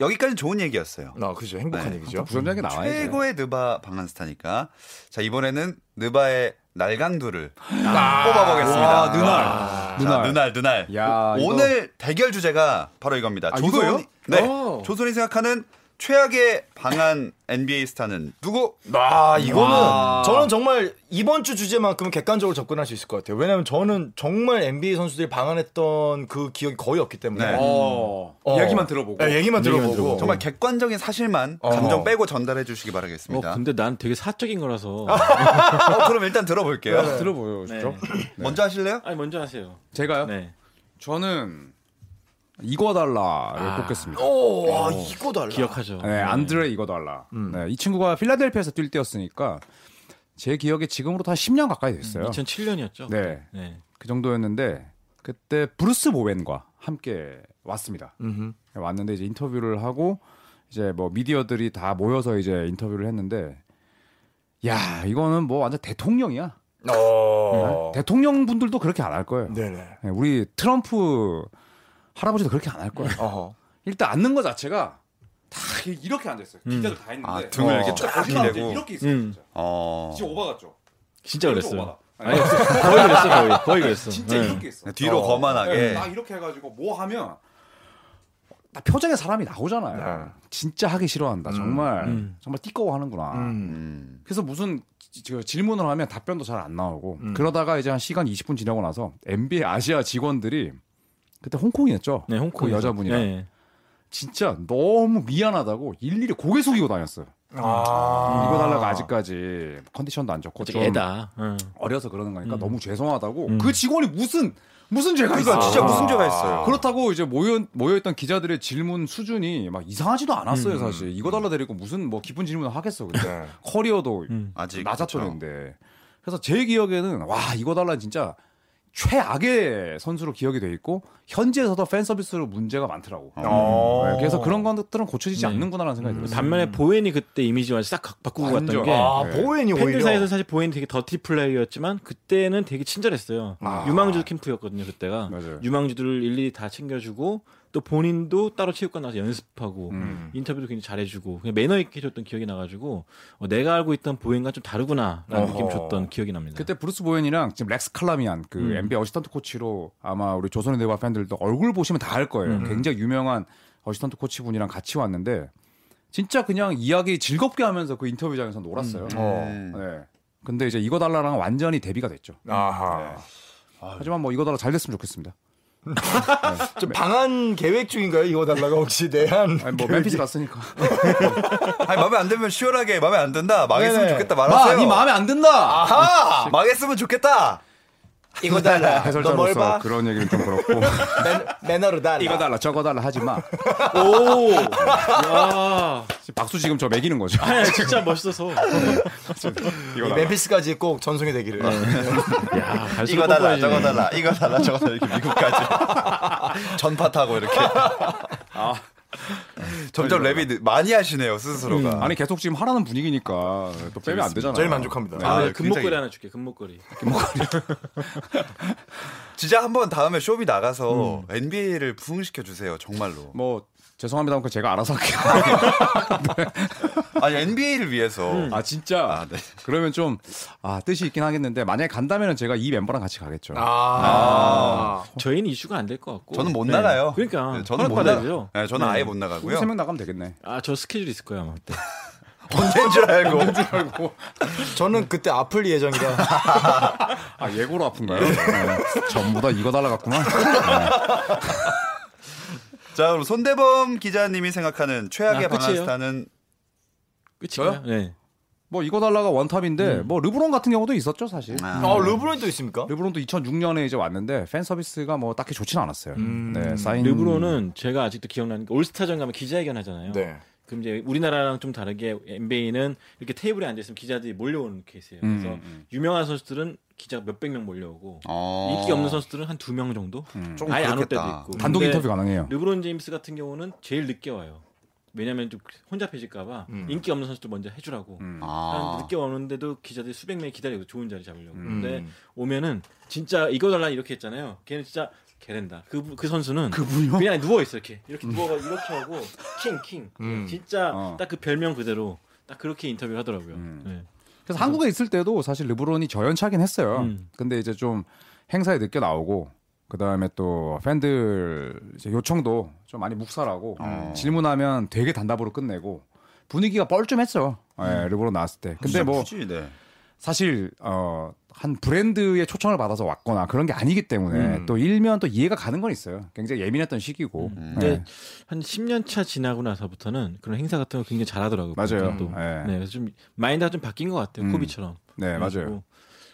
여기까지 좋은 얘기였어요. 아, 그죠. 행복한 네. 얘기죠. 부정적인 게 나와야 돼. 최고의 느바 방한스타니까. 자, 이번에는 느바의 날강두를 뽑아보겠습니다. 아, 느날. 자, 누날. 누날, 누날. 야, 오- 오늘 대결 주제가 바로 이겁니다. 아, 조선, 이거요? 어. 네, 오. 조선이 생각하는 최악의 방한 NBA 스타는 누구? 아 이거는 저는 정말 이번 주 주제만큼은 객관적으로 접근할 수 있을 것 같아요. 왜냐하면 저는 정말 NBA 선수들이 방한했던 그 기억이 거의 없기 때문에 네. 어. 어. 얘기만 들어보고. 네, 얘기만 들어보고, 들어보고. 정말 객관적인 사실만 어. 감정 빼고 전달해 주시기 어, 바라겠습니다. 근데 난 되게 사적인 거라서. 어, 그럼 일단 들어볼게요. 네. 들어보요, 네. 진짜. 먼저 하실래요? 아니 먼저 하세요. 제가요? 네. 저는 이거 달라를 아. 어. 뽑겠습니다. 오, 와, 이거 달라. 기억하죠. 네, 안드레 이거 달라. 음. 네, 이 친구가 필라델피아에서 뛸 때였으니까 제 기억에 지금으로부터 한 10년 가까이 됐어요. 음, 2007년이었죠. 네, 네. 그 정도였는데 그때 브루스 보웬과 함께 왔습니다. 네, 음흠. 왔는데 이제 인터뷰를 하고 이제 뭐 미디어들이 다 모여서 이제 인터뷰를 했는데 야 이거는 뭐 완전 대통령이야. 네. 어. 대통령 분들도 그렇게 안 할 거예요. 네네. 네, 우리 트럼프 할아버지도 그렇게 안 할 거예요. 어허. 일단 앉는 거 자체가 다 이렇게 앉아 있어요. 기자들 다 있는데 아, 등을 어. 이렇게 쫙 쫙 내고. 이렇게 있어요. 음. 진짜. 어. 진짜 오바 같죠. 진짜 오바다. 그랬어요. 아니, 아니, 거의 그랬어, 거의. 거의 그랬어. 진짜 네. 이렇게 있어. 뒤로 어. 거만하게. 딱 네, 이렇게 해가지고 뭐 하면 나 표정의 사람이 나오잖아요. 네. 진짜 하기 싫어한다. 정말 음. 정말 띠꺼워하는구나. 음. 음. 그래서 무슨 지- 지- 질문을 하면 답변도 잘 안 나오고 음. 그러다가 이제 한 시간 20분 지나고 나서 NBA 아시아 직원들이 그때 홍콩이었죠. 네, 홍콩 그 여자분이랑 네. 진짜 너무 미안하다고 일일이 고개 숙이고 다녔어요. 아. 이거 달라고 아직까지 컨디션도 안 좋고 어차피 좀 애다. 응. 어려서 그러는 거니까 음. 너무 죄송하다고 음. 그 직원이 무슨 무슨 죄가 그러니까 있어? 진짜 무슨 죄가 있어요? 그렇다고 이제 모여 모여있던 기자들의 질문 수준이 막 이상하지도 않았어요 음, 사실 이거 달라 데리고 무슨 뭐 깊은 질문을 하겠어 근데 네. 커리어도 음. 아직 낮았었는데 그래서 제 기억에는 와 이거 달라 진짜 최악의 선수로 기억이 돼 있고 현지에서도 팬 서비스로 문제가 많더라고 그렇죠. 어. 어. 네, 그래서 그런 것들은 고쳐지지 네. 않는구나라는 생각이 들었어요 반면에 보엔이 그때 이미지만 싹 가- 바꾸고 음. 완전. 갔던 게 아, 네. 보엔이 오히려. 팬들 사이에서 사실 보엔이 되게 더티 플레이였지만 그때는 되게 친절했어요. 아. 유망주 캠프였거든요 그때가. 맞아요. 유망주들을 일일이 다 챙겨주고 또 본인도 따로 체육관 나가서 연습하고 인터뷰도 굉장히 잘해주고 그냥 매너 있게 해줬던 기억이 나가지고 어, 내가 알고 있던 보엔과 좀 다르구나라는 어허. 느낌 줬던 기억이 납니다. 그때 브루스 보현이랑 지금 렉스 칼라미안 그 음. NBA 어시턴트 코치로 아마 우리 조선의 대화 팬들도 얼굴 보시면 다 알 거예요. 음. 굉장히 유명한 어시턴트 코치 분이랑 같이 왔는데 진짜 그냥 이야기 즐겁게 하면서 그 인터뷰장에서 놀았어요. 어. 음. 네. 근데 이제 이거 달라랑 완전히 대비가 됐죠. 아하. 하지만 뭐 이거 달라 잘 됐으면 좋겠습니다. 네. 좀 방한 계획 중인가요? 이거 달라가 혹시 내한. 아니 뭐 멤피스 갔으니까. 아니 마음에 안 들면 시원하게 마음에 안 든다. 망했으면 네네. 좋겠다 말하세요. 마, 네 마음에 안 든다. 아하 망했으면 좋겠다. 이거 달라. 네, 너뭘 해설자로서 봐? 그런 얘기는 좀 그렇고 맨, 매너로 달라. 이거 달라 저거 달라 하지 마. 오, 야, 박수 지금 저 매기는 거죠. 아니, 진짜 멋있어서. 이 멤피스까지 꼭 전송이 되기를. 네. 야, 갈수록 이거 달라 뻔뻔해지네. 저거 달라 이거 달라 저거 달라 이렇게 미국까지 전파 타고 이렇게 아. 점점 랩이 그러니까. 느- 많이 하시네요 스스로가 음. 아니 계속 지금 하라는 분위기니까 또 빼면 안 되잖아요. 저희 만족합니다. 아, 아, 금목걸이 굉장히- 하나 줄게. 금목걸이. 진짜 한번 다음에 쇼비 나가서 NBA를 부흥시켜 주세요 정말로 뭐 죄송합니다. 그 제가 알아서 할게요. 아니 NBA를 위해서 음. 아 진짜. 아, 네. 그러면 좀 아 뜻이 있긴 하겠는데 만약에 간다면은 제가 이 멤버랑 같이 가겠죠. 아. 어. 저희는 이슈가 안 될 것 같고. 저는 못 네. 나가요 그러니까 네, 저는 못 나가요 허락받아야죠. 네, 저는 네. 아예 못 우리 나가고요 세명 나가면 되겠네. 아, 저 스케줄 있을 거예요, 아마 그때. 언제인 줄 알고 저는 그때 아플 예정이라. 아 예고로 아픈가요? 네. 전부 다 이거 달라갔구나. 네. 자 그럼 손대범 기자님이 생각하는 최악의 아, 끝이에요? 방한스타는 끝이에요? 네. 뭐 이거 달라가 원탑인데 뭐 르브론 같은 경우도 있었죠 사실. 아, 르브론이 또 있습니까? 르브론도 2006년에 이제 왔는데 팬 서비스가 뭐 딱히 좋진 않았어요. 네, 음. 사인 르브론은 제가 아직도 기억나는 게 올스타전 가면 기자회견 하잖아요. 네. 그럼 이제 우리나라랑 좀 다르게 NBA는 이렇게 테이블에 앉아 있으면 기자들이 몰려오는 케이스예요. 음, 그래서 유명한 선수들은 기자 몇백 명 몰려오고 어. 인기 없는 선수들은 한 두 명 정도. 조금 아예 안 올 때도 그렇겠다. 있고. 음. 단독 근데 인터뷰 가능해요. 르브론 제임스 같은 경우는 제일 늦게 와요. 왜냐하면 좀 혼잡해질까봐 인기 없는 선수들 먼저 해주라고. 아. 하는데 늦게 오는데도 기자들이 수백 명이 기다리고 좋은 자리 잡으려고. 음. 근데 오면은 진짜 이거 달라 이렇게 했잖아요. 걔는 진짜 개랜다. 그 그 선수는 그분요? 음. 그냥 누워 있어 이렇게 이렇게 누워가 이렇게 하고 킹 킹. 음. 진짜 어. 음. 딱 그 별명 그대로 딱 그렇게 인터뷰 를 하더라고요. 네. 그래서 한국에 있을 때도 사실 르브론이 저연차긴 했어요. 음. 근데 이제 좀 행사에 늦게 나오고 그다음에 또 팬들 이제 요청도 좀 많이 묵살하고 질문하면 되게 단답으로 끝내고 분위기가 뻘쭘했어요. 예, 르브론 나왔을 때. 근데 뭐 굳이, 네. 사실 어, 한 브랜드의 초청을 받아서 왔거나 그런 게 아니기 때문에 또 일면 또 이해가 가는 건 있어요. 굉장히 예민했던 시기고. 근데 예, 한 10년 차 지나고 나서부터는 그런 행사 같은 거 굉장히 잘하더라고요. 맞아요. 또. 예. 네, 그래서 좀 마인드가 좀 바뀐 것 같아요. 음. 코비처럼. 네, 맞아요. 음. 그리고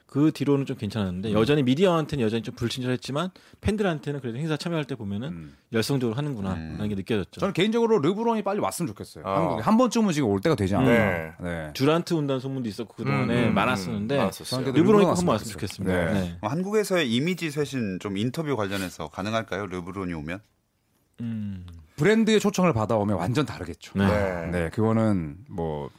그 뒤로는 좀 괜찮았는데 여전히 미디어한테는 여전히 좀 불친절했지만 팬들한테는 그래도 행사 참여할 때 보면은 음. 네. 열성적으로 하는구나라는 게 느껴졌죠. 저는 개인적으로 르브론이 빨리 왔으면 좋겠어요. 아. 한국에 한 번쯤은 지금 올 때가 되지 않나. 네. 네. 듀란트 온다는 소문도 있었고 그 음, 동안에 음, 많았었는데 음, 많았었어요. 저는 르브론이 르브론 한번 왔으면 왔으면 좋겠습니다. 네. 네. 뭐 한국에서의 이미지 쇄신 좀 인터뷰 관련해서 가능할까요? 르브론이 오면? 음. 브랜드의 초청을 받아오면 완전 다르겠죠. 네. 네. 네, 그거는 뭐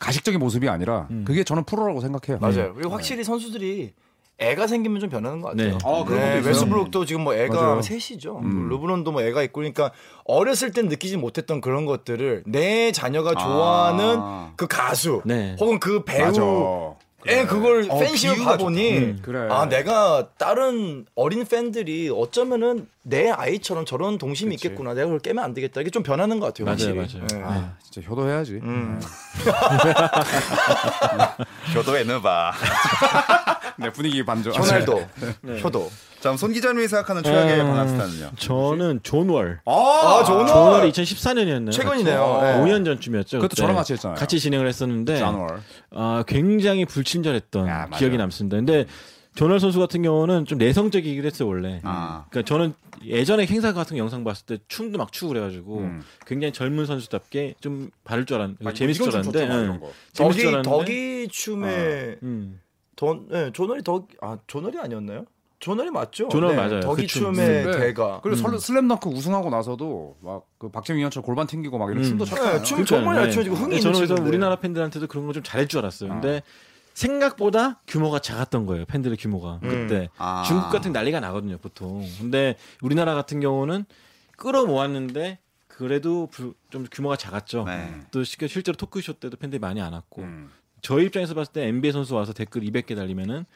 가식적인 모습이 아니라 음. 그게 저는 프로라고 생각해요. 맞아요. 그리고 확실히 선수들이 애가 생기면 좀 변하는 것 같아요. 네. 네. 아, 그런 것도 있어요. 웨스브룩도 지금 뭐 애가 맞아요. 셋이죠. 르브론도 뭐 애가 있고 그러니까 어렸을 땐 느끼지 못했던 그런 것들을 내 자녀가 좋아하는 그 가수 네. 혹은 그 맞아. 네. 배우 에 그걸 어, 팬심을 비유가 가보니 그래. 아 내가 다른 어린 팬들이 어쩌면은 내 아이처럼 저런 동심이 있겠구나 내가 그걸 깨면 안 되겠다 이게 좀 변하는 것 같아요 그 맞아요, 확실히. 맞아요. 네. 아, 진짜 효도해야지. 음. 교도의 느바. 네, 분위기 반전. 효날도 효도 자, 그럼 손 기자님이 생각하는 최악의 음. 방학스타는요? 저는 존월. 아 존월이 존월 2014년이었나요? 최근이네요. 네. 5년 전쯤이었죠. 그것도 그때. 저랑 같이 했잖아요. 네. 같이 진행을 했었는데 잔월. 아, 굉장히 불친절했던 아, 맞아요. 기억이 남습니다. 근데 존월 선수 같은 경우는 좀 내성적이긴 했어요 원래. 아. 그러니까 저는 예전에 행사 같은 영상 봤을 때 춤도 막 추고 그래가지고 음. 굉장히 젊은 선수답게 좀 바를 줄 알았는데 아니, 재밌을 줄 네, 이건 좀 좋잖아, 알았는데 음. 이런 응. 거. 재밌을 줄뭐 덕이 알았는데 덕이 네. 춤에 음. 돈 예, 존월이 덕아 존월이 아니었나요? 존월이 맞죠? 네, 존월 맞아요. 덕이 그 춤. 춤의 네. 대가. 음. 그리고 설- 슬램덩크 우승하고 나서도 막 그 박재민 위원처럼 골반 튕기고 막 이런 음. 춤도 췄잖아요. 네, 춤 정말 그러니까요. 잘 추어지고 흥이 근데 있는 저는 그래서 친구인데. 아. 우리나라 팬들한테도 그런 걸 좀 잘할 줄 알았어요. 근데 생각보다 규모가 작았던 거예요. 팬들의 규모가 음. 그때 아. 중국 같은 난리가 나거든요, 보통. 근데 우리나라 같은 경우는 끌어모았는데 그래도 불- 좀 규모가 작았죠. 네. 또 시- 실제로 토크쇼 때도 팬들이 많이 안 왔고 음. 저희 입장에서 봤을 때 NBA 선수 와서 댓글 200개 달리면은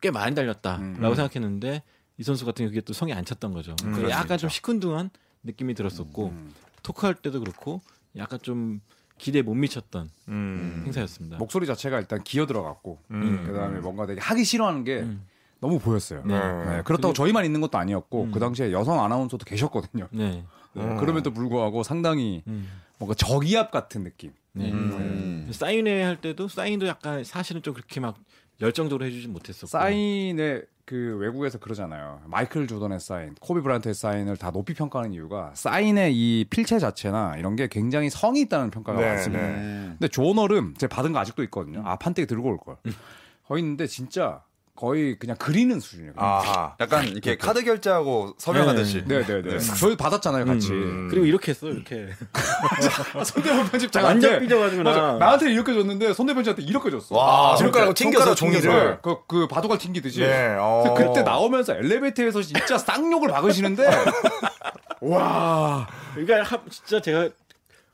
꽤 많이 음. 달렸다라고 음. 생각했는데 이 선수 같은 경우 그게 또 성에 안 찼던 거죠. 그래서 그럴 수 그렇죠. 약간 좀 시큰둥한 느낌이 들었었고 음. 토크할 때도 그렇고 약간 좀 기대에 못 미쳤던 음. 행사였습니다. 목소리 자체가 일단 기어 들어갔고 그다음에 뭔가 되게 하기 싫어하는 게 음. 너무 보였어요. 네, 그렇다고 저희만 있는 것도 음. 아니었고 그 당시에 여성 아나운서도 계셨거든요. 네. 네, 그럼에도 불구하고 상당히 음. 뭔가 저기압 같은 느낌. 네. 음. 음. 사인회 할 때도 사인도 약간 사실은 좀 그렇게 막 열정적으로 해주진 못했었고 사인의 그 외국에서 그러잖아요. 마이클 조던의 사인, 코비 브라이언트의 사인을 다 높이 평가하는 이유가 사인의 이 필체 자체나 이런 게 굉장히 성이 있다는 평가가 네, 많습니다. 네. 근데 조너름 제가 받은 거 아직도 있거든요. 아 판때기 들고 올 걸. 거의 있는데 진짜 거의 그냥 그리는 수준이에요. 아하. 약간 이렇게 카드 결제하고 서명하듯이. 네네네. 저희 받았잖아요 같이. 그리고 이렇게 했어요 이렇게 음. 아, 손대범 편집장 완전 삐져가지고 맞아. 나 나한테 이렇게 줬는데 손대범 편집한테 이렇게 줬어. 그러니까 아, 손가락으로 손가락 튕겨서 종이를. 그, 그 바둑알 튕기듯이. 네, 어. 그래서 그때 나오면서 엘리베이터에서 진짜 쌍욕을 박으시는데 네, 와 그러니까 하- 진짜 제가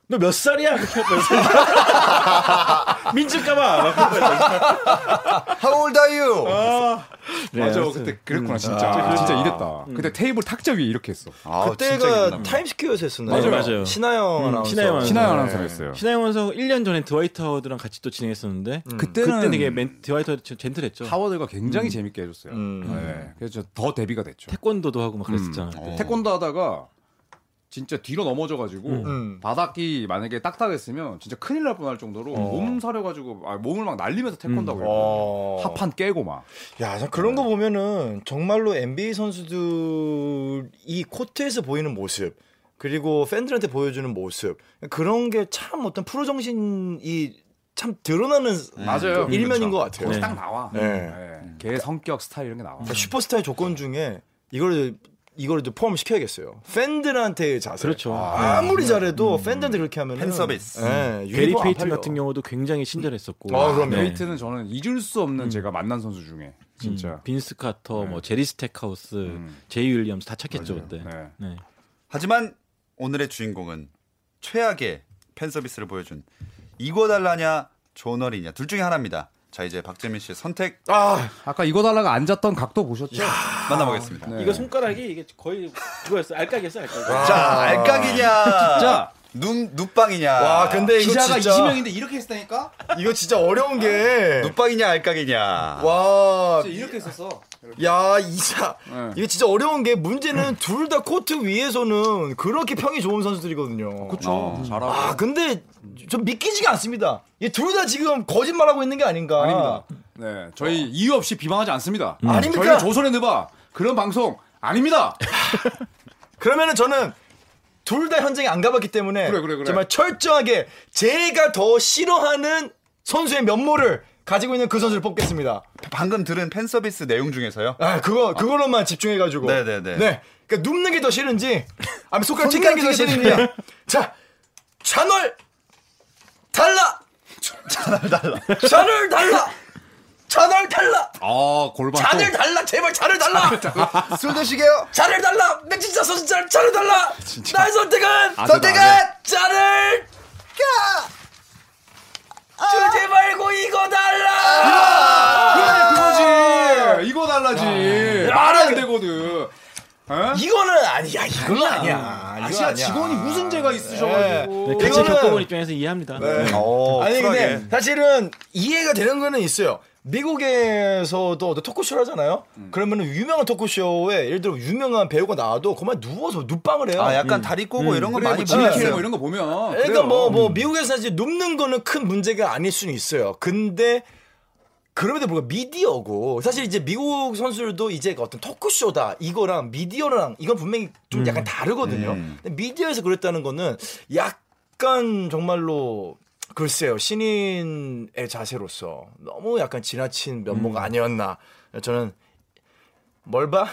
너 몇 살이야? 그렇게 몇 살이야? 민증까봐 막 그런 거예요. How old are you? 네, 맞아 알았어요. 그때 그랬구나 진짜 진짜 이랬다 음. 그때 테이블 탁자 위에 이렇게 했어 아, 진짜 그때가 기억납니다. 타임스퀘어에서 했었나요? 맞아요, 맞아요. 음, 신하영 아나운서. 신하영 아나운서. 신하영 아나운서 했어요 신하영 원서 1년 전에 드와이트 하워드랑 같이 또 진행했었는데 음. 그때는 음, 그때 되게 맨, 드와이트 하워드 젠틀했죠 음. 하워드가 굉장히 재밌게 해줬어요 음. 네, 그래서 더 데뷔가 됐죠 태권도도 하고 막 그랬었잖아요 네. 네. 음. 태권도 하다가 진짜 뒤로 넘어져가지고 음. 바닥이 만약에 딱딱했으면 진짜 큰일 날 뻔할 어. 정도로 몸 사려가지고 아, 몸을 막 날리면서 태권도 하고 어. 음. 합판 깨고 막 야, 참 그런 거 보면은 정말로 NBA 선수들이 코트에서 보이는 모습 그리고 팬들한테 보여주는 모습 그런 게 참 어떤 프로 정신이 참 드러나는 맞아요. 그 일면인 그렇죠. 것 같아요. 거기서 네. 딱 나와 네. 네. 걔 성격 스타일 이런 게 나와 그러니까 슈퍼스타의 조건 중에 이걸 이걸 좀 포함 시켜야겠어요. 팬들한테의 자세. 그렇죠. 아무리 잘해도 팬들한테 그렇게 하면 팬 서비스. 예, 게리 유니폼 안 음. 페이튼 팔려. 같은 경우도 음. 굉장히 친절했었고 아, 그럼요. 네. 메이트는 저는 잊을 수 음. 없는 제가 만난 선수 중에 진짜 네. 음. 빈스 카터, 뭐 제리 스택하우스, 제이 윌리엄스 다 착했죠 음. 그때. 네. 네. 하지만 오늘의 주인공은 최악의 팬 서비스를 보여준 이거 달라냐 조널이냐 둘 중에 하나입니다. 자 이제 박재민 씨의 선택 아, 아까 이거 달라고 앉았던 각도 보셨죠? 만나보겠습니다. 네. 아. 이거 손가락이 이게 거의 그거였어 알까기였어 알까기. 자 알까기냐, 진짜. 눈 눈빵이냐, 와, 아, 근데 이거 기자가 진짜 이지명인데 이렇게 했다니까? 이거 진짜 어려운 게 눈빵이냐 알까기냐. 와, 이렇게 했었어. 야, 이자 네. 이거 진짜 어려운 게 문제는 둘 다 코트 위에서는 그렇게 평이 좋은 선수들이거든요. 그쵸. 어. 잘하고. 아, 근데 좀 믿기지가 않습니다. 얘 둘 다 지금 거짓말하고 있는 게 아닌가? 아닙니다. 네, 저희 이유 없이 비방하지 않습니다. 음. 아닙니까? 저희 조선의 느바 그런 방송 아닙니다. 그러면은 저는 둘 다 현장에 안 가봤기 때문에 그래, 그래, 그래. 정말 철저하게 제가 더 싫어하는 선수의 면모를 가지고 있는 그 선수를 뽑겠습니다. 방금 들은 팬 서비스 내용 중에서요. 아 그거 그걸로만 집중해가지고. 네네네. 네. 그러니까 눕는 게 더 싫은지, 아니 손가락 튕기는 게 더 싫은지. 자, 채널 달라. 채널 달라. 채널 달라. 채널 달라. 아, 골반. 잔을 달라 제발 잔을 달라 술 드시게요. 잔을 달라 내 진짜 선수 잔 잔을 달라 나의 선택은 아, 선택은 아, 잔을 까 주지 말고 이거 달라 네, 그래, 그거지. 이거 달라지. 말이 안 되거든. 에? 아! 이거는 아니야 이건 아니야 아시아 직원이 무슨 죄가 있으셔가지고. 네, 같이 이거는- 겪어본 입장에서 이해합니다. 네. 네. 오, 네. 아니 근데 어, 쿨하게. 사실은 이해가 되는 거는 있어요. 미국에서도 어떤 토크쇼를 하잖아요. 음. 그러면 유명한 토크쇼에 예를 들어 유명한 배우가 나와도 그만 누워서 눕방을 해요. 아 약간 다리 꼬고 이런 거 그래, 많이 뭐 지킬 봤어요. 뭐 이런 거 보면. 그러니까 그래요. 음. 뭐 뭐 미국에서 사실 눕는 거는 큰 문제가 아닐 수는 있어요. 근데 그럼에도 불구하고 미디어고 사실 이제 미국 선수들도 이제 어떤 토크쇼다 이거랑 미디어랑 이건 분명히 좀 음. 약간 다르거든요. 근데 미디어에서 그랬다는 거는 약간 정말로 글쎄요 신인의 자세로서 너무 약간 지나친 음. 면모가 아니었나 저는 뭘 봐?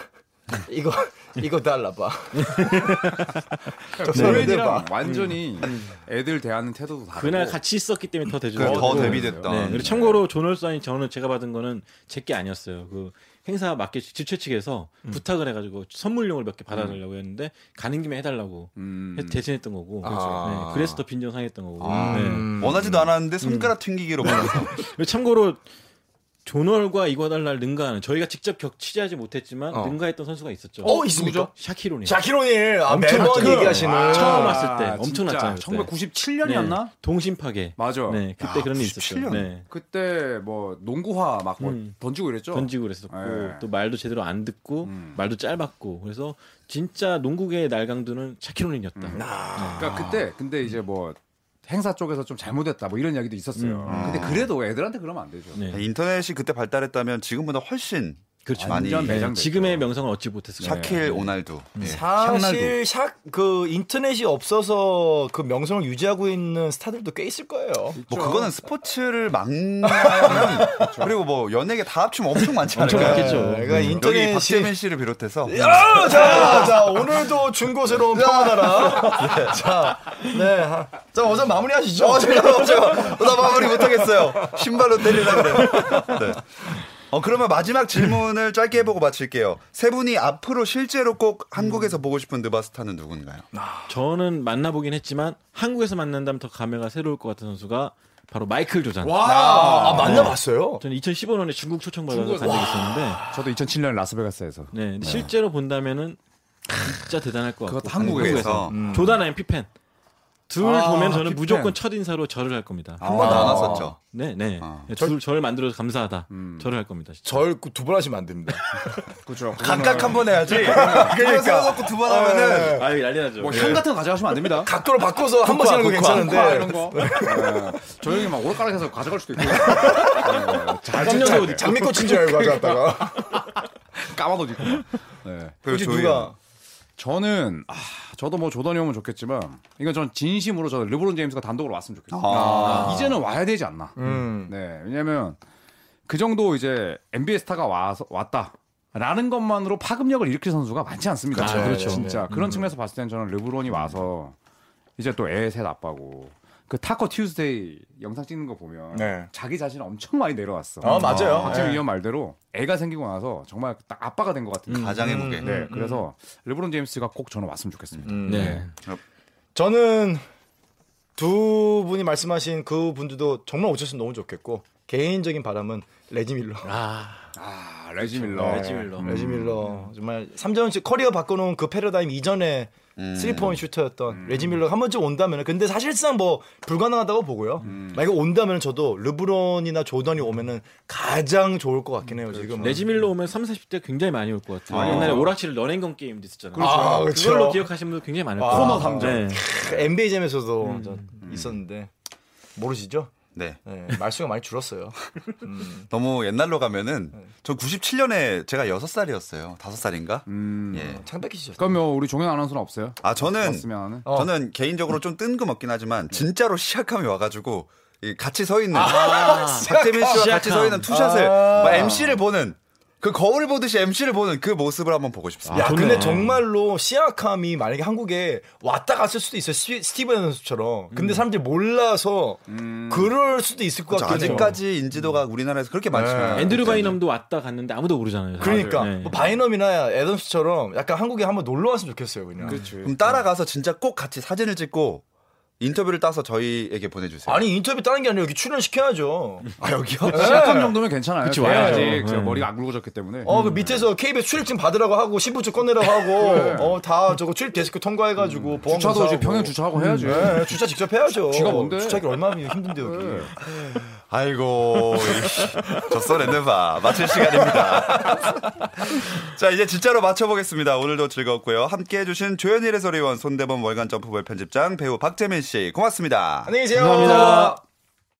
이거 이거 달라 봐. 뭐 고인이랑 네. 완전히 애들 대하는 태도도 다르고. 그날 같이 있었기 때문에 더 대중. 그래, 더 어, 대비됐던. 네. 그리고 참고로 존 올슨이 저는 제가 받은 거는 제 게 아니었어요. 그 행사 마켓 주최 측에서 부탁을 해가지고 선물용을 몇 개 받아달라고 했는데 가는 김에 해달라고 음. 해서 대신했던 거고. 아. 네, 그래서 더 빈정상했던 거고. 아. 네. 원하지도 않았는데 손가락 튕기기로 보여서. 그리고 참고로 존얼과 이과달라를 능가하는 저희가 직접 격 취재하지 못했지만 어. 능가했던 선수가 있었죠. 어, 있습니까? 샤키로니. 자키로닐 아, 매번 그 낮죠. 얘기하시는 네. 아, 처음 왔을 때 엄청났잖아요, 그때. 1997년이었나? 네, 동심 파괴. 맞아. 네, 그때 아, 그런 일 97 있었죠. 년. 네. 그때 뭐 농구화 막뭐 음. 던지고 이랬죠. 던지고 그랬었고 그렇죠. 예. 또 말도 제대로 안 듣고 음. 말도 짧았고 그래서 진짜 농구계의 날강도는 샤키로닌이었다. 그러니까 그때 근데 이제 뭐 행사 쪽에서 좀 잘못했다 뭐 이런 이야기도 있었어요. 음. 근데 그래도 애들한테 그러면 안 되죠. 네. 인터넷이 그때 발달했다면 지금보다 훨씬 그렇죠. 많이 완전 네. 네, 매장됐죠. 지금의 명성을 얻지 못했을 거예요. 샤킬 오날두. 예. 사실 샥 그 인터넷이 없어서 그 명성을 유지하고 있는 스타들도 꽤 있을 거예요. 뭐 그거는 스포츠를 막는 그리고 뭐 연예계 다 합치면 엄청 많지 엄청 않을까요? 많겠죠. 그러니까 여기 인터넷이 박재민 씨를 비롯해서 아, 자, 자, 오늘도 중고새로운 평화나라. 자, 네. 아, 자, 어서 마무리하시죠. 어, 제가 제가 나 마무리 못하겠어요. 신발로 때리려 그래. 네. 어 그러면 마지막 질문을 짧게 해보고 마칠게요. 세 분이 앞으로 실제로 꼭 한국에서 보고 싶은 느바스타는 누군가요? 저는 만나보긴 했지만 한국에서 만난다면 더 감회가 새로울 것 같은 선수가 바로 마이클 조잔. 아, 아, 만나봤어요. 저는 2015년에 중국 초청받아서 중국- 간 적이 있었는데 저도 2007년 라스베가스에서 네, 근데 실제로 본다면은 진짜 대단할 것 같고 그것도 한국에서. 음. 조단 아니면 피펜 둘 아, 보면 저는 피펜. 아. 무조건 첫 인사로 절을 할 겁니다. 한번 나눴었죠. 네, 네. 아. 둘 절 만들어서 감사하다. 음. 절을 할 겁니다. 진짜. 절두번 하시면 안 됩니다. 그죠. 각각 한 번 해야지. 그러니까 네. 세워놓고 두 번 하면은 아유 난리 나죠. 예. 뭐향 같은 거 가져가시면 안 됩니다. 각도를 바꿔서 한 번씩 하는 거 국화 아, 괜찮은데. 이런 거. 네. 저 형이 막 오락가락해서 가져갈 수도 있고 네, 깜짝 장- 장미꽃인 줄 알고 가져왔다가. 까만 옷 입고. 네. 그리고 굳이 조이는. 누가 저는 아, 저도 뭐 조던이 오면 좋겠지만 이건 전 진심으로 저 르브론 제임스가 단독으로 왔으면 좋겠어요. 아. 이제는 와야 되지 않나. 음. 네, 왜냐면 그 정도 이제 NBA 스타가 와서 왔다. 라는 것만으로 파급력을 일으킬 선수가 많지 않습니다. 그렇죠. 아, 그렇죠. 진짜 그런 측면에서 봤을 때는 저는 르브론이 와서 이제 또 애셋 아빠고 그 타코 튜스데이 영상 찍는 거 보면 네. 자기 자신을 엄청 많이 내려왔어. 아, 맞아요. 박재민 네. 위원 말대로 애가 생기고 나서 정말 딱 아빠가 된 것 같은 느낌. 가장의 무게. 음, 네, 그래서 르브론 제임스가 꼭 저는 왔으면 좋겠습니다. 네. 저는 두 분이 말씀하신 그 분들도 정말 오셨으면 너무 좋겠고 개인적인 바람은 레지밀러. 아, 아 레지 밀러. 레지 밀러. 음. 레지밀러 정말 3점씩 커리어 바꿔놓은 그 패러다임 이전에 음. 쓰리포인 슈터였던 레지밀러가 한 번쯤 온다면 근데 사실상 뭐 불가능하다고 보고요. 음. 만약에 온다면 저도 르브론이나 조던이 오면은 가장 좋을 것 같긴 해요 지금. 음, 그렇죠. 레지밀로 오면 30, 40대 굉장히 많이 올 것 같아요. 아. 옛날에 오락실 러닝건 게임도 있었잖아요. 아, 그 그렇죠. 걸로 기억하시는 분들 굉장히 많을 거예요. 네. 코너 감정. NBA 잼에서도 음. 저 있었는데 모르시죠? 네. 네, 말수가 많이 줄었어요. 음. 너무 옛날로 가면은 전 97년에 제가 6살이었어요. 5살인가? 음. 예. 창백해지셨죠? 그러면 뭐 우리 종현 아나운서는 없어요? 아, 저는 없으면 하는. 어. 저는 개인적으로 좀 뜬금없긴 하지만 진짜로 시약함이 와가지고 이 같이 서 있는 박재민 씨와 같이 서 있는 투샷을 뭐 아. MC를 보는 그 거울 보듯이 MC를 보는 그 모습을 한번 보고 싶습니다. 야, 좋네. 근데 정말로 시아캄이 만약에 한국에 왔다 갔을 수도 있어요. 시- 스티븐 선수처럼. 근데 사람들이 몰라서 그럴 수도 있을 것 그렇죠. 같긴 해요. 음. 네. 아직까지 인지도가 우리나라에서 그렇게 많지 않아요. 앤드류 바이넘도 왔다 갔는데 아무도 모르잖아요. 그러니까 네. 뭐 바이넘이나 애덤스처럼 약간 한국에 한번 놀러 왔으면 좋겠어요, 그냥. 음. 그럼 따라가서 진짜 꼭 같이 사진을 찍고 인터뷰를 따서 저희에게 보내주세요. 아니 인터뷰 따는 게 아니라 여기 출연 시켜야죠. 네. 아, 여기요? 시작한 정도면 괜찮아요. 네. 그치, 제가 와야죠. 아직 제가 네. 머리가 안 굵어졌기 때문에. 어 그 밑에서 KBS 출입증 받으라고 하고 신분증 꺼내라고 하고 어 다 저거 출입 데스크 통과해가지고 보험 주차도 이제 검사하고. 평행 주차하고 해야지. 음, 네, 주차 직접 해야죠. 주가 뭔데? 주차기 얼마나 힘든데 여기. 아이고 젖소랜드바 마칠 시간입니다. 자 이제 진짜로 맞춰보겠습니다. 오늘도 즐거웠고요. 함께해주신 조현일 해설위원 손대범 월간 점프볼 편집장 배우 박재민 씨 고맙습니다. 안녕히 계세요. 감사합니다.